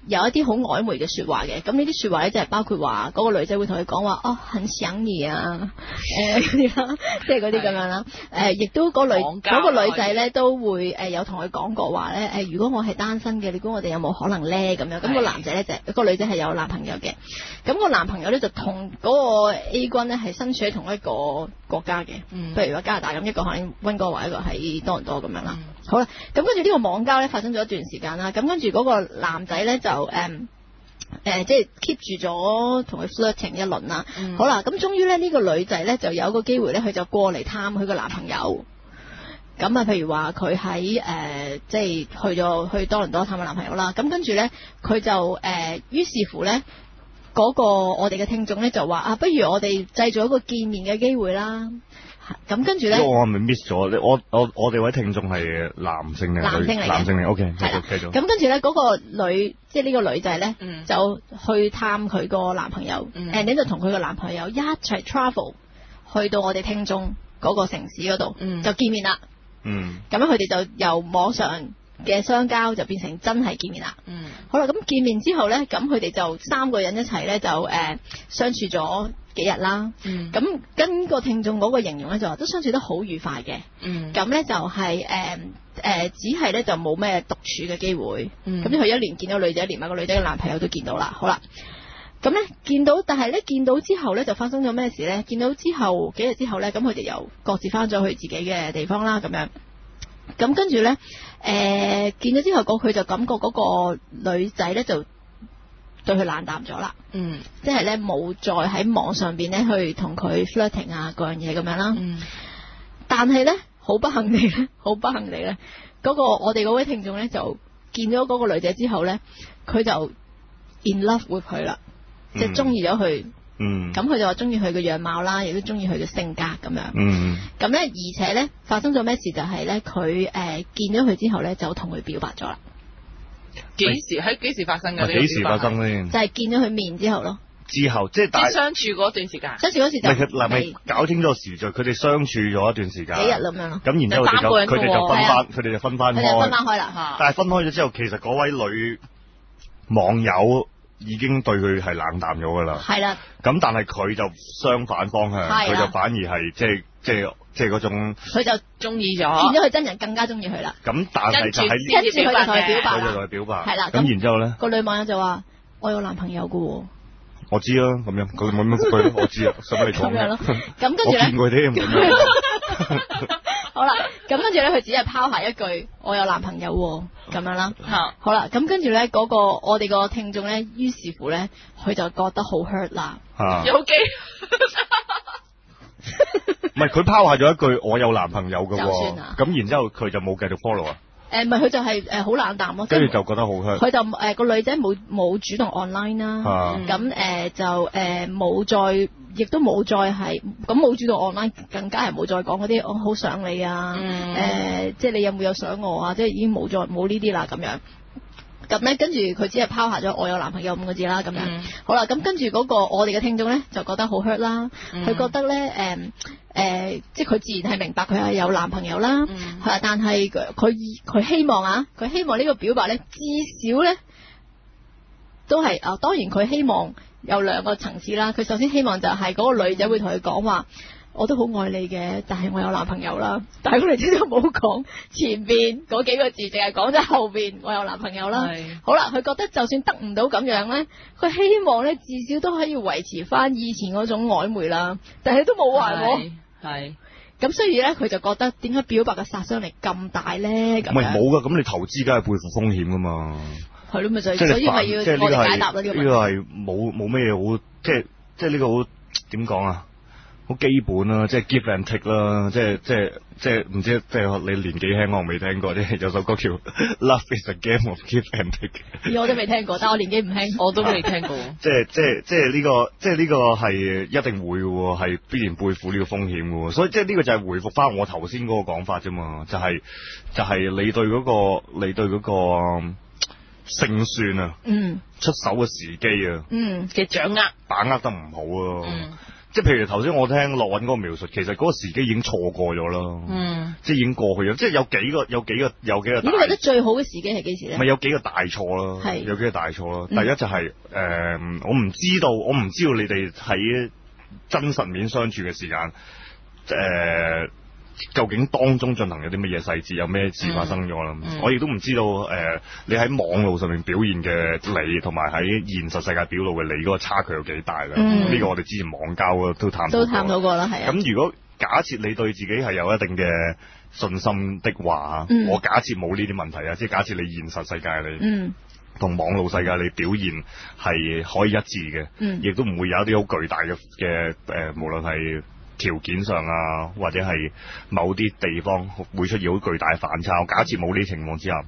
[SPEAKER 1] 有一啲好曖昧嘅説話嘅。咁呢啲説話咧就係包括話嗰、個女仔會同佢講話，哦，很想你啊， 誒嗰啲啦， 即係嗰啲咁樣啦。誒，亦都嗰女
[SPEAKER 2] 講交
[SPEAKER 1] 嗰個女仔咧都會誒有同佢講過話咧，誒如果我係單身嘅，你估我哋有冇可能咧？咁樣咁
[SPEAKER 2] 係
[SPEAKER 1] 個男仔咧就個女仔係有男朋友嘅，咁個男朋友咧就同嗰個 A 君咧係身處喺同一個國家嘅。
[SPEAKER 2] 嗯，
[SPEAKER 1] 譬如話加拿大咁，一個喺温哥華，一個喺多倫多咁樣啦。
[SPEAKER 2] 嗯
[SPEAKER 1] 好啦，咁跟住呢個網交咧發生咗一段時間啦，咁跟住嗰個男仔咧就誒誒、呃即係 keep 住咗同佢 flirting 一輪啦。
[SPEAKER 2] 嗯
[SPEAKER 1] 好啦，咁終於咧呢、個女仔咧就有個機會咧，佢就過嚟探佢個男朋友。咁啊，譬如話佢喺誒，即係去咗去多倫多探佢男朋友啦。咁跟住咧，佢就誒、呃，於是乎咧，嗰、個我哋嘅聽眾咧就話啊，不如我哋製造一個見面嘅機會啦。咁跟住咧
[SPEAKER 3] 因為，我係咪 miss 咗？你我我我哋位聽眾係男性定係
[SPEAKER 1] 男性
[SPEAKER 3] 女
[SPEAKER 1] 嚟嘅
[SPEAKER 3] 男性嚟，OK，繼
[SPEAKER 1] 係啦
[SPEAKER 3] 續繼續。
[SPEAKER 1] 咁跟住咧，嗰、個女即係呢個女仔咧，
[SPEAKER 2] 嗯
[SPEAKER 1] 就去探佢個男朋友
[SPEAKER 2] 嗯
[SPEAKER 1] ，and then 就同佢個男朋友一齊 travel 去到我哋聽眾嗰個城市嗰度，
[SPEAKER 2] 嗯
[SPEAKER 1] 就見面啦。
[SPEAKER 3] 嗯，
[SPEAKER 1] 咁樣佢哋就由網上嘅相交就變成真係見面啦。
[SPEAKER 2] 嗯，
[SPEAKER 1] 好啦，咁見面之後呢，咁佢哋就三個人一齊呢，就誒、呃相處咗幾日啦。
[SPEAKER 2] 嗯，
[SPEAKER 1] 咁跟個聽眾嗰個形容呢，就話都相處得好愉快嘅。
[SPEAKER 2] 嗯，
[SPEAKER 1] 咁呢就係誒誒，只係呢就冇咩獨處嘅機會。
[SPEAKER 2] 嗯
[SPEAKER 1] 咁佢一年見到女仔，連埋個女仔嘅男朋友都見到啦。好啦，咁呢見到，但係呢見到之後呢，就發生咗咩事呢？見到之後幾日之後呢，咁佢哋又各自翻咗去自己嘅地方啦，咁樣。咁跟住呢，誒、見咗之後，個佢就感覺嗰個女仔呢，就對佢冷淡咗啦，
[SPEAKER 2] 嗯，
[SPEAKER 1] 即係呢冇再喺網上邊呢去同佢 flirting 啊嗰樣嘢咁樣啦。
[SPEAKER 2] 嗯，
[SPEAKER 1] 但係咧，好不幸地咧， 好不幸地咧，嗰、個我哋嗰位聽眾咧就見咗嗰個女仔之後咧，佢就 in love with 佢啦，即係中意咗佢。
[SPEAKER 3] 嗯，
[SPEAKER 1] 咁佢就話中意佢嘅樣貌啦，亦都中意佢嘅性格咁樣。
[SPEAKER 3] 嗯
[SPEAKER 1] 咁咧，而且咧發生咗咩事就係咧，佢誒、呃、見咗佢之後咧就同佢表白咗啦，
[SPEAKER 2] 幾時喺幾時發生嘅？
[SPEAKER 3] 啊幾時發？生
[SPEAKER 1] 就
[SPEAKER 3] 咧？
[SPEAKER 1] 係、見咗佢面之後咯。
[SPEAKER 3] 之後即係
[SPEAKER 2] 即
[SPEAKER 3] 大
[SPEAKER 2] 係相處嗰段時間，
[SPEAKER 1] 跟住嗰時
[SPEAKER 3] 唔係佢
[SPEAKER 1] 就
[SPEAKER 3] 嗱咪搞清楚時序，佢哋相處咗一段時間，
[SPEAKER 1] 幾日咁樣咯，
[SPEAKER 3] 咁然之
[SPEAKER 2] 就
[SPEAKER 3] 後佢
[SPEAKER 2] 三個人
[SPEAKER 3] 就佢哋就分
[SPEAKER 1] 啫喎啊
[SPEAKER 3] 翻，佢哋就分翻
[SPEAKER 1] 佢哋就分
[SPEAKER 3] 開。啊
[SPEAKER 1] 翻開啦。
[SPEAKER 2] 嚇，
[SPEAKER 3] 但係分開咗之後，其實嗰位女網友已經對佢係冷淡咗㗎啦。
[SPEAKER 1] 係啦，
[SPEAKER 3] 咁但係佢就相反方向，
[SPEAKER 1] 係啊
[SPEAKER 3] 佢
[SPEAKER 1] 啦
[SPEAKER 3] 就反而係即係即係即係嗰種
[SPEAKER 1] 佢就見
[SPEAKER 2] 中意咗，
[SPEAKER 1] 咗佢真人更加中意佢啦。
[SPEAKER 3] 咁，但係就喺
[SPEAKER 1] 跟住佢就同佢表白
[SPEAKER 3] 佢就
[SPEAKER 1] 啦
[SPEAKER 3] 同。佢表白。
[SPEAKER 1] 係啦
[SPEAKER 3] 咁
[SPEAKER 1] 咁
[SPEAKER 3] 然之後咧，
[SPEAKER 1] 個女網友就話：我有男朋友噶喎，
[SPEAKER 3] 我知啦，咁樣 佢 冇乜佢我知啊，使乜你講
[SPEAKER 1] 咁樣
[SPEAKER 3] 啫
[SPEAKER 1] 咯？咁跟住
[SPEAKER 3] 我
[SPEAKER 1] 咧，
[SPEAKER 3] 見佢添，咁樣
[SPEAKER 1] 好啦，咁跟住咧，佢只係拋下一句：我有男朋友喎咁、樣啦。
[SPEAKER 2] 吓，
[SPEAKER 1] 好啦，咁跟住咧，嗰、個我哋個聽眾咧，於是乎咧，佢就覺得好 hurt 啦。
[SPEAKER 3] 啊，
[SPEAKER 2] 有機，
[SPEAKER 3] 唔係佢拋下咗一句我有男朋友嘅
[SPEAKER 1] 就算啦
[SPEAKER 3] 喎，咁然之後佢就冇繼續 follow 啊，
[SPEAKER 1] 誒，唔係佢就係誒好冷淡咯，即
[SPEAKER 3] 跟
[SPEAKER 1] 係
[SPEAKER 3] 住就覺得好 hurt
[SPEAKER 1] 佢就誒個女仔冇冇主動 online 啦，
[SPEAKER 3] 啊
[SPEAKER 2] 嗯
[SPEAKER 1] 咁誒就誒冇再，亦都冇再係咁冇主動 online，更加係冇再講嗰啲我好想你啊，
[SPEAKER 2] 嗯
[SPEAKER 1] 誒即係你有冇有想我啊，即係已經冇再冇呢啲啦咁樣。咁咧，跟住佢只係拋下咗我有男朋友五個字啦，咁樣。
[SPEAKER 2] 嗯
[SPEAKER 1] 好啦，咁跟住嗰個我哋嘅聽眾咧，就覺得好 hurt 啦。
[SPEAKER 2] 嗯
[SPEAKER 1] 佢、覺得咧，誒、誒，即係佢自然係明白佢係有男朋友啦。
[SPEAKER 2] 嗯
[SPEAKER 1] 係啊，但係佢佢佢希望啊，佢希望呢個表白咧，至少咧都係啊。當然佢希望有兩個層次啦。佢首先希望就係嗰個女仔會同佢講話。我都好愛你嘅，但係我有男朋友啦。但係個女仔就冇講前邊嗰幾個字，淨係講咗後邊我有男朋友啦
[SPEAKER 2] 係。
[SPEAKER 1] 好啦，佢覺得就算得唔到咁樣呢，佢希望呢至少都可以維持翻以前嗰種曖昧啦。但係都冇話喎。
[SPEAKER 2] 係
[SPEAKER 1] 咁所以咧，佢就覺得點解表白嘅殺傷力咁大咧？咁
[SPEAKER 3] 唔係
[SPEAKER 1] 樣
[SPEAKER 3] 冇噶，咁你投資梗係背負風險噶嘛，
[SPEAKER 1] 係咯，咪就係
[SPEAKER 3] 即係
[SPEAKER 1] 所
[SPEAKER 3] 你
[SPEAKER 1] 以咪
[SPEAKER 3] 犯
[SPEAKER 1] 要
[SPEAKER 3] 即係呢
[SPEAKER 1] 我
[SPEAKER 3] 個
[SPEAKER 1] 哋解答啦
[SPEAKER 3] 係
[SPEAKER 1] 呢個問
[SPEAKER 3] 呢
[SPEAKER 1] 題。
[SPEAKER 3] 個係冇冇咩嘢好，即係即係呢個好點講啊？好基本啦、即係 give and take 啦，即係即係即係唔知即係你年紀輕，我未聽過啲有首歌叫 Love is a game of give and take。
[SPEAKER 1] 咦我都未聽過，但我年紀唔輕，
[SPEAKER 2] 我都未聽 過。
[SPEAKER 3] 即係即係即係呢、個即係呢個係一定會嘅喎，係必然背負呢個風險嘅喎，所以即係呢個就係回覆翻我頭先嗰個講法啫嘛，就係、就係、你對嗰、個你對嗰、個嗯勝算啊，
[SPEAKER 1] 嗯
[SPEAKER 3] 出手嘅時機啊，
[SPEAKER 1] 嗯
[SPEAKER 2] 嘅掌握，
[SPEAKER 3] 把握得唔好啊，
[SPEAKER 2] 嗯
[SPEAKER 3] 即係譬如頭先我聽樂韻嗰個描述，其實嗰個時機已經錯過咗啦，
[SPEAKER 2] 嗯
[SPEAKER 3] 即係已經過去咗，即係有幾個有幾個有幾個
[SPEAKER 1] 你
[SPEAKER 3] 大
[SPEAKER 1] 覺得最好嘅時機係幾時咧
[SPEAKER 3] 咪？有幾個大錯咯，
[SPEAKER 1] 係
[SPEAKER 3] 有幾個大錯咯。
[SPEAKER 1] 嗯
[SPEAKER 3] 第一就係、誒我唔知道，我唔知道你哋喺真實面相處嘅時間，誒、究竟當中進行咗啲乜嘢細節，有咩事發生咗啦？
[SPEAKER 2] 嗯嗯
[SPEAKER 3] 我亦都唔知道誒、你喺網路上面表現嘅你，同埋喺現實世界表露嘅你嗰個差距有幾大啦？呢、
[SPEAKER 1] 嗯
[SPEAKER 3] 個我哋之前網交嗰個都探討
[SPEAKER 1] 都
[SPEAKER 3] 過
[SPEAKER 1] 探討過啦，係啊。
[SPEAKER 3] 咁如果假設你對自己係有一定嘅信心的話，
[SPEAKER 1] 嗯
[SPEAKER 3] 我假設冇呢啲問題啊，即係假設你現實世界你
[SPEAKER 1] 嗯
[SPEAKER 3] 同網路世界你表現係可以一致嘅，
[SPEAKER 1] 嗯
[SPEAKER 3] 亦都唔會有一啲好巨大嘅嘅誒，無論係條件上啊，或者係某啲地方會出現好巨大嘅反差。我假設冇呢啲情況之下，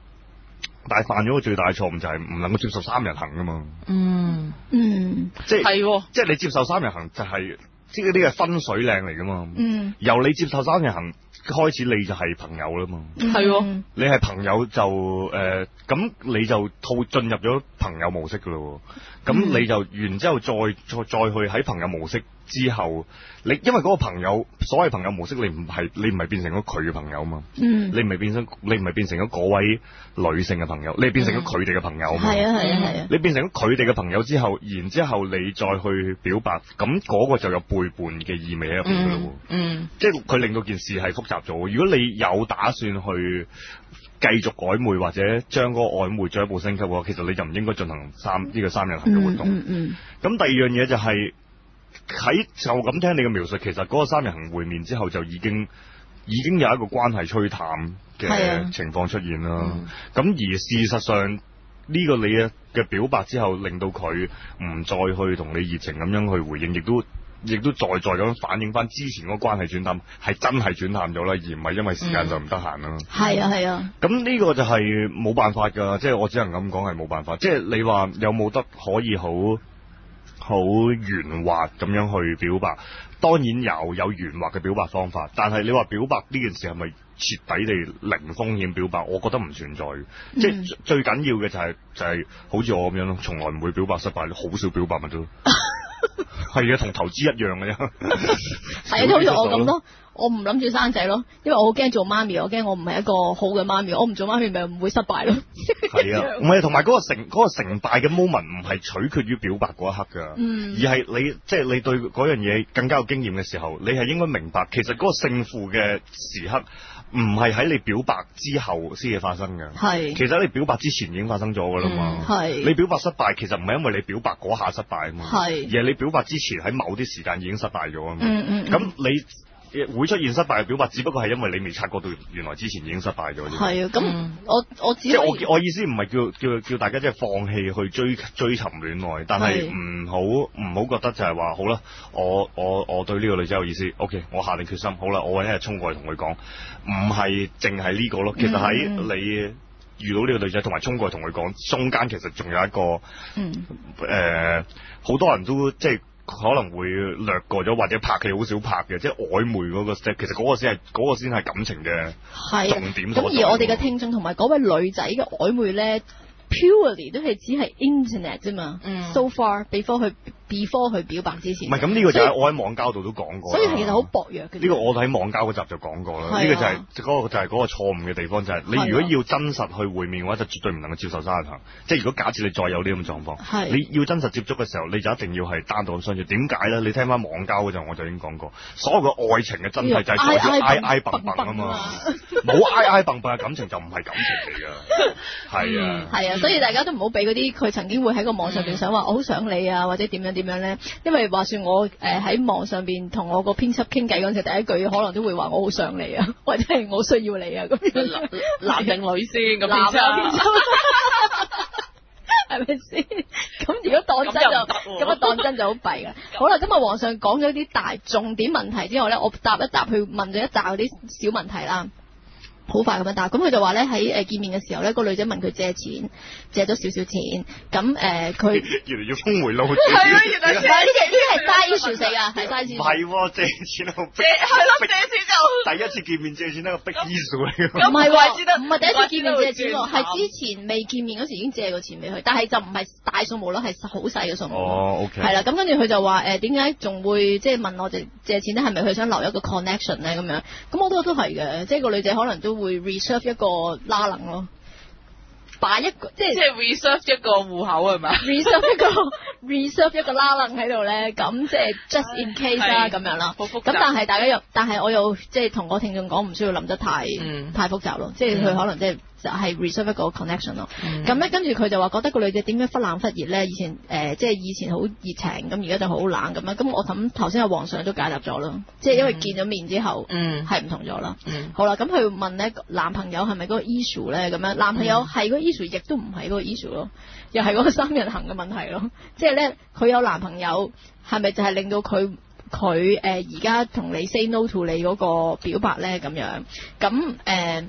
[SPEAKER 3] 但係犯咗個最大嘅錯誤就係唔能夠接受三人行噶嘛，
[SPEAKER 2] 嗯，
[SPEAKER 1] 嗯
[SPEAKER 3] 即係
[SPEAKER 2] 係喎，
[SPEAKER 3] 即係你接受三人行就係即係呢個係分水嶺嚟噶嘛。
[SPEAKER 1] 嗯
[SPEAKER 3] 由你接受三人行開始，你就係朋友啦嘛。
[SPEAKER 1] 嗯
[SPEAKER 2] 係喎
[SPEAKER 3] 你係朋友就誒，呃咁、你就套進入咗朋友模式噶咯喎。
[SPEAKER 1] 嗯
[SPEAKER 3] 咁你就然之後再再再去喺朋友模式之後，你因為嗰個朋友所謂朋友模式，你唔係你唔係變成咗佢嘅朋友嘛，
[SPEAKER 1] 嗯
[SPEAKER 3] 你唔係變成你唔係變成咗嗰位女性嘅朋友，你係變成咗佢哋嘅朋友
[SPEAKER 1] 嗯
[SPEAKER 3] 嘛。
[SPEAKER 1] 係啊係啊係啊
[SPEAKER 3] 你變成咗佢哋嘅朋友之後，然之後你再去表白，咁嗰個就有背叛嘅意味喺入邊噶咯喎。
[SPEAKER 2] 嗯嗯
[SPEAKER 3] 即係佢令到件事係複雜咗。如果你有打算去繼續曖昧或者將嗰個曖昧進一步升級嘅話，其實你就唔應該進行三呢、個三人行嘅活
[SPEAKER 1] 嗯
[SPEAKER 3] 動。咁、
[SPEAKER 1] 嗯嗯
[SPEAKER 3] 第二樣嘢就係、喺就咁聽你嘅描述，其實嗰個三人行會面之後就已經已經有一個關係吹淡
[SPEAKER 1] 係啊
[SPEAKER 3] 嘅情況出現啦
[SPEAKER 2] 嗯。
[SPEAKER 3] 咁、而事實上呢、個你嘅嘅表白之後，令到佢唔再去同你熱情咁樣去回應，亦都亦都再再咁反映翻之前嗰個關係轉淡，係真係轉淡咗啦，而唔係因為時間就唔得閒啦。
[SPEAKER 1] 係啊係啊
[SPEAKER 3] 咁呢個就係冇辦法㗎，即係我只能咁講係冇辦法。即係你話有冇得可以好好圓滑咁樣去表白？當然有有圓滑嘅表白方法，但係你話表白呢件事係咪徹底地零風險表白？我覺得唔存在嘅。即係最最緊要嘅就係、就係、好似我咁樣咯，從來唔會表白失敗，好少表白咪得咯。係啊，同投資一樣嘅啫。
[SPEAKER 1] 係啊，即係好似我咁咯。我唔諗住生仔咯，因為我好驚做媽咪，我驚我唔係一個好嘅媽咪，我唔做媽咪咪唔會失敗咯。
[SPEAKER 3] 係啊，唔係同埋嗰個成嗰、個成敗嘅 moment 唔係取決於表白嗰一刻㗎，
[SPEAKER 1] 嗯
[SPEAKER 3] 而係你即係、你對嗰樣嘢更加有經驗嘅時候，你係應該明白其實嗰個勝負嘅時刻唔係喺你表白之後先至發生㗎。
[SPEAKER 1] 係
[SPEAKER 3] 其實你表白之前已經發生咗㗎啦嘛
[SPEAKER 1] 嗯，係
[SPEAKER 3] 你表白失敗其實唔係因為你表白嗰下失敗啊嘛，
[SPEAKER 1] 係
[SPEAKER 3] 而係你表白之前喺某啲時間已經失敗咗啊嘛。
[SPEAKER 1] 嗯嗯嗯
[SPEAKER 3] 咁你呃會出現失敗嘅表白，只不過係因為你未察覺到原來之前已經失敗咗啫。
[SPEAKER 1] 係啊，咁
[SPEAKER 2] 嗯
[SPEAKER 1] 我我
[SPEAKER 3] 即
[SPEAKER 1] 只
[SPEAKER 3] 係
[SPEAKER 1] 可
[SPEAKER 3] 我
[SPEAKER 1] 以
[SPEAKER 3] 叫我意思唔係叫叫叫大家即係放棄去追追尋戀愛，但係
[SPEAKER 1] 係
[SPEAKER 3] 唔好唔好覺得就係話好啦，我我我對呢個女仔有意思，OK，我下定決心，好啦，我揾一日衝過去同佢講，唔係淨係呢個咯，其實喺
[SPEAKER 1] 嗯
[SPEAKER 3] 你。遇到呢個女仔，同埋衝過去同佢講，中間其實仲有一個誒，
[SPEAKER 1] 嗯
[SPEAKER 3] 呃好、多人都即係可能會略過咗，或者拍戲好少拍嘅，即係曖昧嗰個 step。其實嗰個先係嗰個先係感情嘅
[SPEAKER 1] 係啊
[SPEAKER 3] 重
[SPEAKER 1] 咁
[SPEAKER 3] 點所在
[SPEAKER 1] 而我哋嘅
[SPEAKER 3] 喎
[SPEAKER 1] 聽眾同埋嗰位女仔嘅曖昧咧，purely 都係只係 internet 啫嘛。
[SPEAKER 3] 啊
[SPEAKER 2] 嗯
[SPEAKER 1] so far before 佢 before 佢表白之前，
[SPEAKER 3] 唔係咁呢個就
[SPEAKER 1] 所以
[SPEAKER 3] 係我喺網交度都講過啦。
[SPEAKER 1] 所以係其實好薄弱嘅。
[SPEAKER 3] 呢個我喺網交嗰集就講過
[SPEAKER 1] 係啊
[SPEAKER 3] 啦。呢個就係嗰個就係嗰個錯誤嘅地方，就
[SPEAKER 1] 係
[SPEAKER 3] 係
[SPEAKER 1] 啊
[SPEAKER 3] 你如果要真實去會面嘅話，就絕對唔能夠接受沙行。即係如果假設你再有呢種狀
[SPEAKER 1] 係
[SPEAKER 3] 況，你要真實接觸嘅時候，你就一定要係單獨咁相處。點解咧？你聽翻網交嗰陣，我就已經講過，所有嘅愛情嘅真諦就係在於挨挨蹦蹦啊嘛，冇挨挨蹦蹦嘅感情就唔係感情嚟㗎。係啊。
[SPEAKER 1] 係
[SPEAKER 2] 嗯
[SPEAKER 1] 啊，所以大家都唔好俾嗰啲佢曾經會喺個網上邊想話我好想你啊，或者點樣點樣咧。因為話說我誒喺、網上邊同我個編輯傾偈嗰陣時，第一句可能都會話我好想你啊， 或者係我需要你啊咁樣。
[SPEAKER 2] 男男定女先咁
[SPEAKER 1] 男啊
[SPEAKER 2] 編輯
[SPEAKER 1] 係咪先？咁如果當真就
[SPEAKER 2] 咁又唔得喎
[SPEAKER 1] 咁啊，當真就好弊啦。好啦，今日皇上講咗啲大重點問題之後咧，我答一答佢問咗一扎嗰啲小問題啦。好快咁樣答，咁佢就話咧喺誒見面嘅時候咧，個女仔問佢借錢，借咗少少錢，咁誒 佢
[SPEAKER 3] 越嚟越峰回路轉。
[SPEAKER 2] 係咯原來
[SPEAKER 1] 唔係呢啊啲呢啲係嘥樹死啊，係嘥
[SPEAKER 3] 唔
[SPEAKER 1] 樹。
[SPEAKER 3] 係喎，借錢好逼
[SPEAKER 2] 借，係咯，借錢就
[SPEAKER 3] 第一次見面借錢呢個逼 issue 嚟㗎。
[SPEAKER 1] 唔係
[SPEAKER 2] 怪之得
[SPEAKER 1] 喎，唔係第一次見面借錢
[SPEAKER 2] 唔
[SPEAKER 1] 喎，
[SPEAKER 2] 怪之得會轉
[SPEAKER 1] 係之前未見面嗰時已經借過錢俾佢，但係就唔係大數目咯，係好細嘅數目咯。
[SPEAKER 3] 哦，OK。
[SPEAKER 1] 係啦，咁跟住佢就話誒點解仲會即係問我哋借錢咧？係咪佢想留一個 connection 咧？咁樣咁我覺得都係嘅，即係個女仔可能都會 reserve 一個拉楞咯，擺一個即
[SPEAKER 2] 即
[SPEAKER 1] 係
[SPEAKER 2] 係 reserve 一個户口係咪？
[SPEAKER 1] reserve 一個 reserve 一個拉楞喺度咧，咁即係 just in case 啦
[SPEAKER 2] 係
[SPEAKER 1] 咁樣啦。
[SPEAKER 2] 好複雜
[SPEAKER 1] 咁但係大家又，但係我又即係同個聽眾講，唔需要諗得太、
[SPEAKER 2] 嗯
[SPEAKER 1] 太複雜咯，即係佢
[SPEAKER 2] 嗯
[SPEAKER 1] 可能即係就係 reserve 一個 connection 咯。
[SPEAKER 2] 嗯
[SPEAKER 1] 咁咧，跟住佢就話覺得個女仔點樣忽冷忽熱咧？以前誒、呃即係以前好熱情，咁而家就好冷咁啊樣。咁我諗頭先阿皇上都解答咗啦，即係因為
[SPEAKER 2] 嗯
[SPEAKER 1] 見咗面之後
[SPEAKER 2] 嗯
[SPEAKER 1] 係唔同咗啦。
[SPEAKER 2] 嗯
[SPEAKER 1] 好啦，咁佢問咧男朋友係咪嗰個 issue 咧？咁樣男朋友係嗰個 issue，亦都唔係嗰個 issue 咯，又係嗰個三人行嘅問題咯。即係咧，佢有男朋友係咪就係令到佢佢呃誒而家同你 say no to 你嗰個表白咧？咁樣咁誒、呃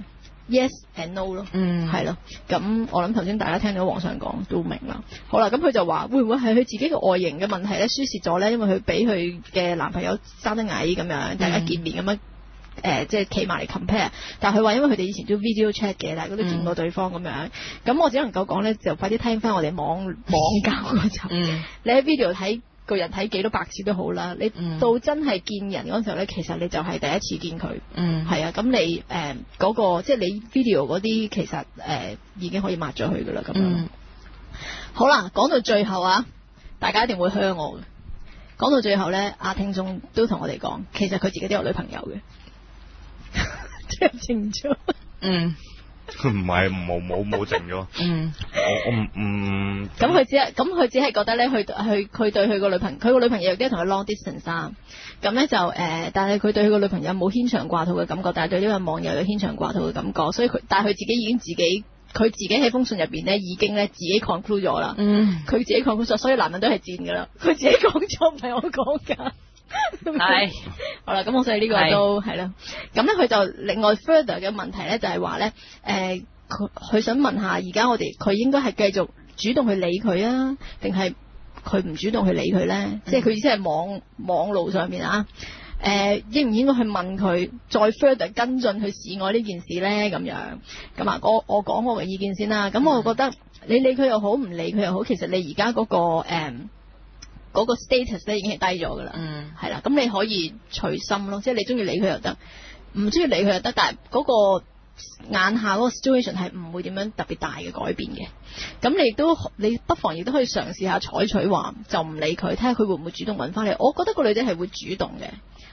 [SPEAKER 1] yes and no 咯。
[SPEAKER 2] 嗯
[SPEAKER 1] 係咯，咁我諗頭先大家聽到皇上講都明啦。好啦，咁佢就話會唔會係佢自己嘅外形嘅問題咧，輸蝕咗咧？因為佢俾佢嘅男朋友生得矮咁
[SPEAKER 2] 嗯
[SPEAKER 1] 樣，大家見面咁樣。誒、即係企埋嚟 compare，但係佢話因為佢哋以前都 video chat 嘅，大家都見過對方咁樣，咁、我只能夠講咧，就快啲聽翻我哋網網教嗰 集。
[SPEAKER 2] 嗯
[SPEAKER 1] 你喺 video 睇個人睇幾多百次都好啦，你
[SPEAKER 2] 嗯
[SPEAKER 1] 到真係見人嗰陣時候咧，其實你就係第一次見佢。
[SPEAKER 2] 嗯
[SPEAKER 1] 係啊，咁你誒嗰、個即係你 video 嗰啲，其實誒、呃已經可以抹咗佢噶啦，咁樣。
[SPEAKER 2] 嗯
[SPEAKER 1] 好啦，講到最後啊，大家一定會香我嘅。講到最後咧，阿聽眾都同我哋講，其實佢自己都有女朋友嘅， 真係清楚。
[SPEAKER 2] 嗯
[SPEAKER 3] 唔係冇冇冇 剩咗，
[SPEAKER 2] 嗯
[SPEAKER 3] 我我唔唔
[SPEAKER 1] 咁佢只係咁佢只係覺得咧，佢佢佢對佢個女朋佢個女朋友亦都係同佢 long distance 啊。咁咧就誒、呃但係佢對佢個女朋友冇牽腸掛肚嘅感覺，但係對呢位網友有牽腸掛肚嘅感覺，所以佢但係佢自己已經自己佢自己喺封信入邊咧已經咧自己 conclude 咗啦。
[SPEAKER 2] 嗯。
[SPEAKER 1] 佢自己 conclude 咗，所以男人都係賤噶啦。佢自己講咗，唔係我講㗎。
[SPEAKER 2] 係，
[SPEAKER 1] 好啦，咁我所以呢個都係啦。咁咧佢就另外 further 嘅問題咧，就係話咧，誒、佢佢想問下，而家我哋佢應該係繼續主動去理佢啊，定係佢唔主動去理佢咧？即係佢意思係網網路上面啊。誒、應唔應該去問佢再 further 跟進去示愛呢件事呢？咁樣咁啊，我我講我嘅意見先啦。咁我覺得你理佢又好，唔理佢又好，其實你而家嗰個誒嗰、個 status 咧已經係低咗噶啦。
[SPEAKER 2] 嗯
[SPEAKER 1] 係啦，咁你可以隨心咯，即係你中意理佢又得，唔中意理佢又得，但係嗰個眼下嗰個 situation 係唔會點樣特別大嘅改變嘅。咁你亦都你不妨亦都可以嘗試下採取話就唔理佢，睇下佢會唔會主動揾翻你。我覺得個女仔係會主動嘅，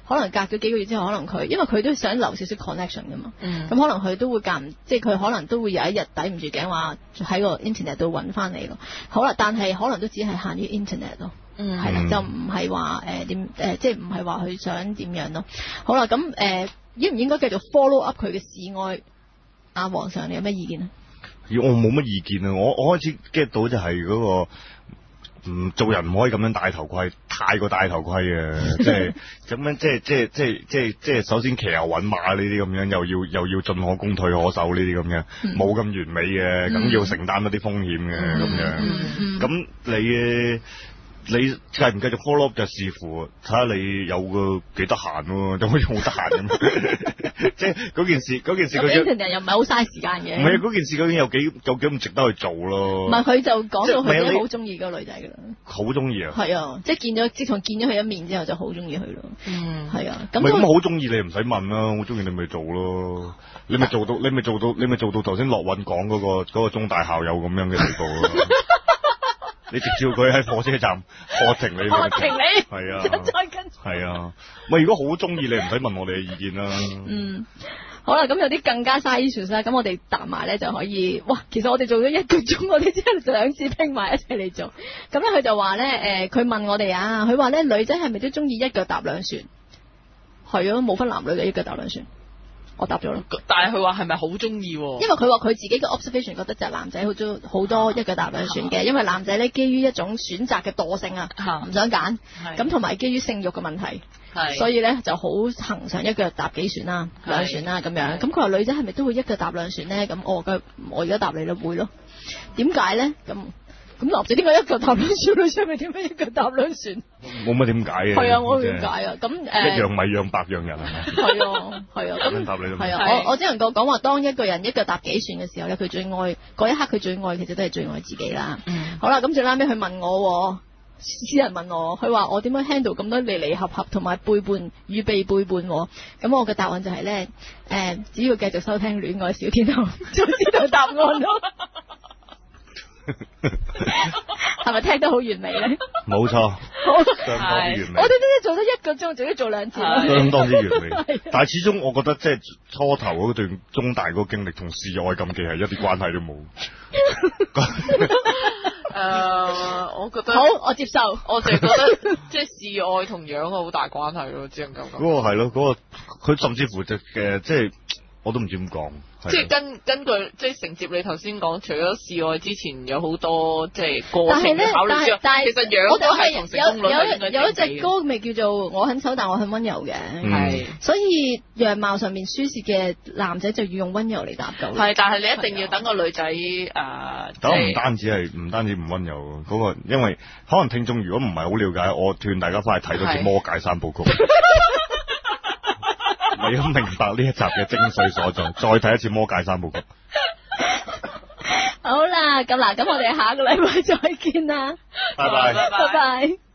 [SPEAKER 1] 可能隔咗幾個月之後，可能佢因為佢都想留少少 connection 噶嘛，
[SPEAKER 2] 嗯
[SPEAKER 1] 咁可能佢都會間唔，即係佢可能都會有一日抵唔住頸話喺個 internet 度揾翻你咯。好啦，但係可能都只係限於 internet 咯。
[SPEAKER 2] 嗯
[SPEAKER 1] 係
[SPEAKER 2] 係
[SPEAKER 1] 啦，
[SPEAKER 3] 嗯
[SPEAKER 1] 就唔係話誒點誒，即係唔係話佢想點樣咯。好啦，咁誒、呃應唔應該繼續 follow up 佢嘅示愛？阿皇上，你有咩意見啊？
[SPEAKER 3] 咦我冇乜意見啊！我我開始 get 到就係嗰、個，唔做人唔可以咁樣戴頭盔，太過戴頭盔 啊！即係咁樣，即係即係即係即係即係，首先騎牛揾馬呢啲咁樣，又要又要進可攻退可守呢啲咁樣，冇咁、完美嘅，
[SPEAKER 1] 嗯
[SPEAKER 3] 咁要承擔一啲風險嘅咁樣。
[SPEAKER 1] 嗯
[SPEAKER 3] 咁、你嘅你繼唔繼續 follow up 就視乎睇下你有個幾得閒 咯，就好似好得閒咁。 即係嗰件事，嗰件事
[SPEAKER 1] 咁
[SPEAKER 3] 佢嘅
[SPEAKER 1] internet 又唔係好嘥時間
[SPEAKER 3] 唔係啊
[SPEAKER 1] 嘅，
[SPEAKER 3] 嗰件事究竟有幾有幾咁值得去做
[SPEAKER 1] 唔
[SPEAKER 3] 咯？
[SPEAKER 1] 係佢就講到
[SPEAKER 3] 即係
[SPEAKER 1] 佢
[SPEAKER 3] 唔係
[SPEAKER 1] 已
[SPEAKER 3] 你
[SPEAKER 1] 經好中意嗰個女仔噶啦，
[SPEAKER 3] 好中意啊！
[SPEAKER 1] 係啊，即係見咗自從見咗佢一面之後就好中意佢咯，
[SPEAKER 2] 嗯
[SPEAKER 1] 係啊，
[SPEAKER 3] 唔
[SPEAKER 1] 咁
[SPEAKER 3] 係
[SPEAKER 1] 都
[SPEAKER 3] 咁好中意你唔使問啦，好中意你咪做咯，你咪做到你咪做到你咪做到頭先樂韻講嗰個嗰、個中大校友咁樣嘅地步 咯。你直接佢喺火車站喝停你，
[SPEAKER 2] 哦
[SPEAKER 1] 我停你，
[SPEAKER 3] 係啊。
[SPEAKER 1] 再跟住
[SPEAKER 3] 係啊，咪如果好中意你，唔使問我哋嘅意見啦。
[SPEAKER 1] 嗯，好啦，咁有啲更加 side issues 啦，咁我哋搭埋咧就可以，哇！其實我哋做咗一個鐘，我哋真係兩次拼埋一齊嚟做。咁咧佢就話咧，誒、佢問我哋啊，佢話咧女仔係咪都中意一腳踏兩船？係啊，冇分男女嘅一腳踏兩船。我答咗啦，
[SPEAKER 2] 但係佢話係咪好中意喎？
[SPEAKER 1] 因為佢話佢自己嘅 observation 覺得就係男仔好多好多一腳踏兩船嘅，因為男仔咧基於一種選擇嘅惰性啊，
[SPEAKER 2] 嚇
[SPEAKER 1] 唔想揀，
[SPEAKER 2] 係
[SPEAKER 1] 咁同埋基於性慾嘅問題。
[SPEAKER 2] 係
[SPEAKER 1] 所以咧就好行上一腳踏幾船啦，
[SPEAKER 2] 係
[SPEAKER 1] 兩船啦咁樣。
[SPEAKER 2] 係
[SPEAKER 1] 咁佢話女仔係咪都會一腳踏兩船咧？咁我嘅我而家答你啦，會咯。點解咧？咁咁男仔點解一腳踏兩船，女仔咪點解一腳踏兩船？
[SPEAKER 3] 冇乜點解嘅。
[SPEAKER 1] 係啊，我
[SPEAKER 3] 即係
[SPEAKER 1] 點解啊？咁
[SPEAKER 3] 一樣
[SPEAKER 1] 誒。
[SPEAKER 3] 米養百樣人係咪？
[SPEAKER 1] 係 啊，係啊，
[SPEAKER 3] 咁樣
[SPEAKER 1] 咁
[SPEAKER 3] 答你都唔
[SPEAKER 1] 係啊，
[SPEAKER 2] 係
[SPEAKER 1] 我我只能夠講話，當一個人一腳踏幾船嘅時候咧，佢最愛嗰一刻，佢最愛其實都係最愛自己啦。
[SPEAKER 2] 嗯
[SPEAKER 1] 好啦，咁最拉尾佢問我喎，私人問我，佢話我點樣 handle 咁多離離合合同埋背叛與被背叛喎？咁我嘅答案就係、呢：咧，誒、只要繼續收聽《戀愛小天后》， 就知道答案咯。係咪聽得好完美咧？
[SPEAKER 3] 冇 錯，
[SPEAKER 1] 好，我哋
[SPEAKER 3] 相當之完美。
[SPEAKER 1] 都做咗一個鐘，仲要做兩次啦。
[SPEAKER 3] 相當之完 美
[SPEAKER 1] 係啊。
[SPEAKER 3] 但係始終我覺得即係初頭嗰段中大嗰個經歷同示愛禁忌係一啲關係都冇。
[SPEAKER 2] 誒，呃我覺得
[SPEAKER 1] 好，我接受。
[SPEAKER 2] 我就係覺得 即係示愛同樣好大關係咯，只能夠
[SPEAKER 3] 嗰
[SPEAKER 2] 咁。
[SPEAKER 3] 個係咯，嗰個佢甚至乎就嘅即係我都唔知點講。
[SPEAKER 1] 啊
[SPEAKER 3] 係
[SPEAKER 2] 即係根根據即係承接你頭先講，除咗示愛之前有好多即係個
[SPEAKER 1] 但
[SPEAKER 2] 性
[SPEAKER 1] 係
[SPEAKER 2] 嘅
[SPEAKER 1] 咧
[SPEAKER 2] 考，慮之外，
[SPEAKER 1] 但係
[SPEAKER 2] 其實養都係同成功率係應
[SPEAKER 1] 有
[SPEAKER 2] 該
[SPEAKER 1] 有有一
[SPEAKER 2] 正比
[SPEAKER 1] 隻歌咪叫做《我很醜但我很溫柔》嘅。
[SPEAKER 3] 嗯
[SPEAKER 2] 係
[SPEAKER 1] 所以樣貌上面輸蝕嘅男仔就要用温柔嚟搭救啦。
[SPEAKER 2] 係，但係你一定要等個女仔誒，即
[SPEAKER 3] 但我唔
[SPEAKER 2] 係
[SPEAKER 3] 單止係唔單止唔温柔嗰、個，因為可能聽眾如果唔係好了解，我勸大家翻去睇咗
[SPEAKER 2] 係
[SPEAKER 3] 次《魔界三部 曲》，你都明白呢一集嘅精髓所在。再睇一次《魔界三部曲》。
[SPEAKER 1] 好啦，咁嗱，咁我哋下個禮拜再見啦，
[SPEAKER 3] 拜拜。
[SPEAKER 1] 拜拜。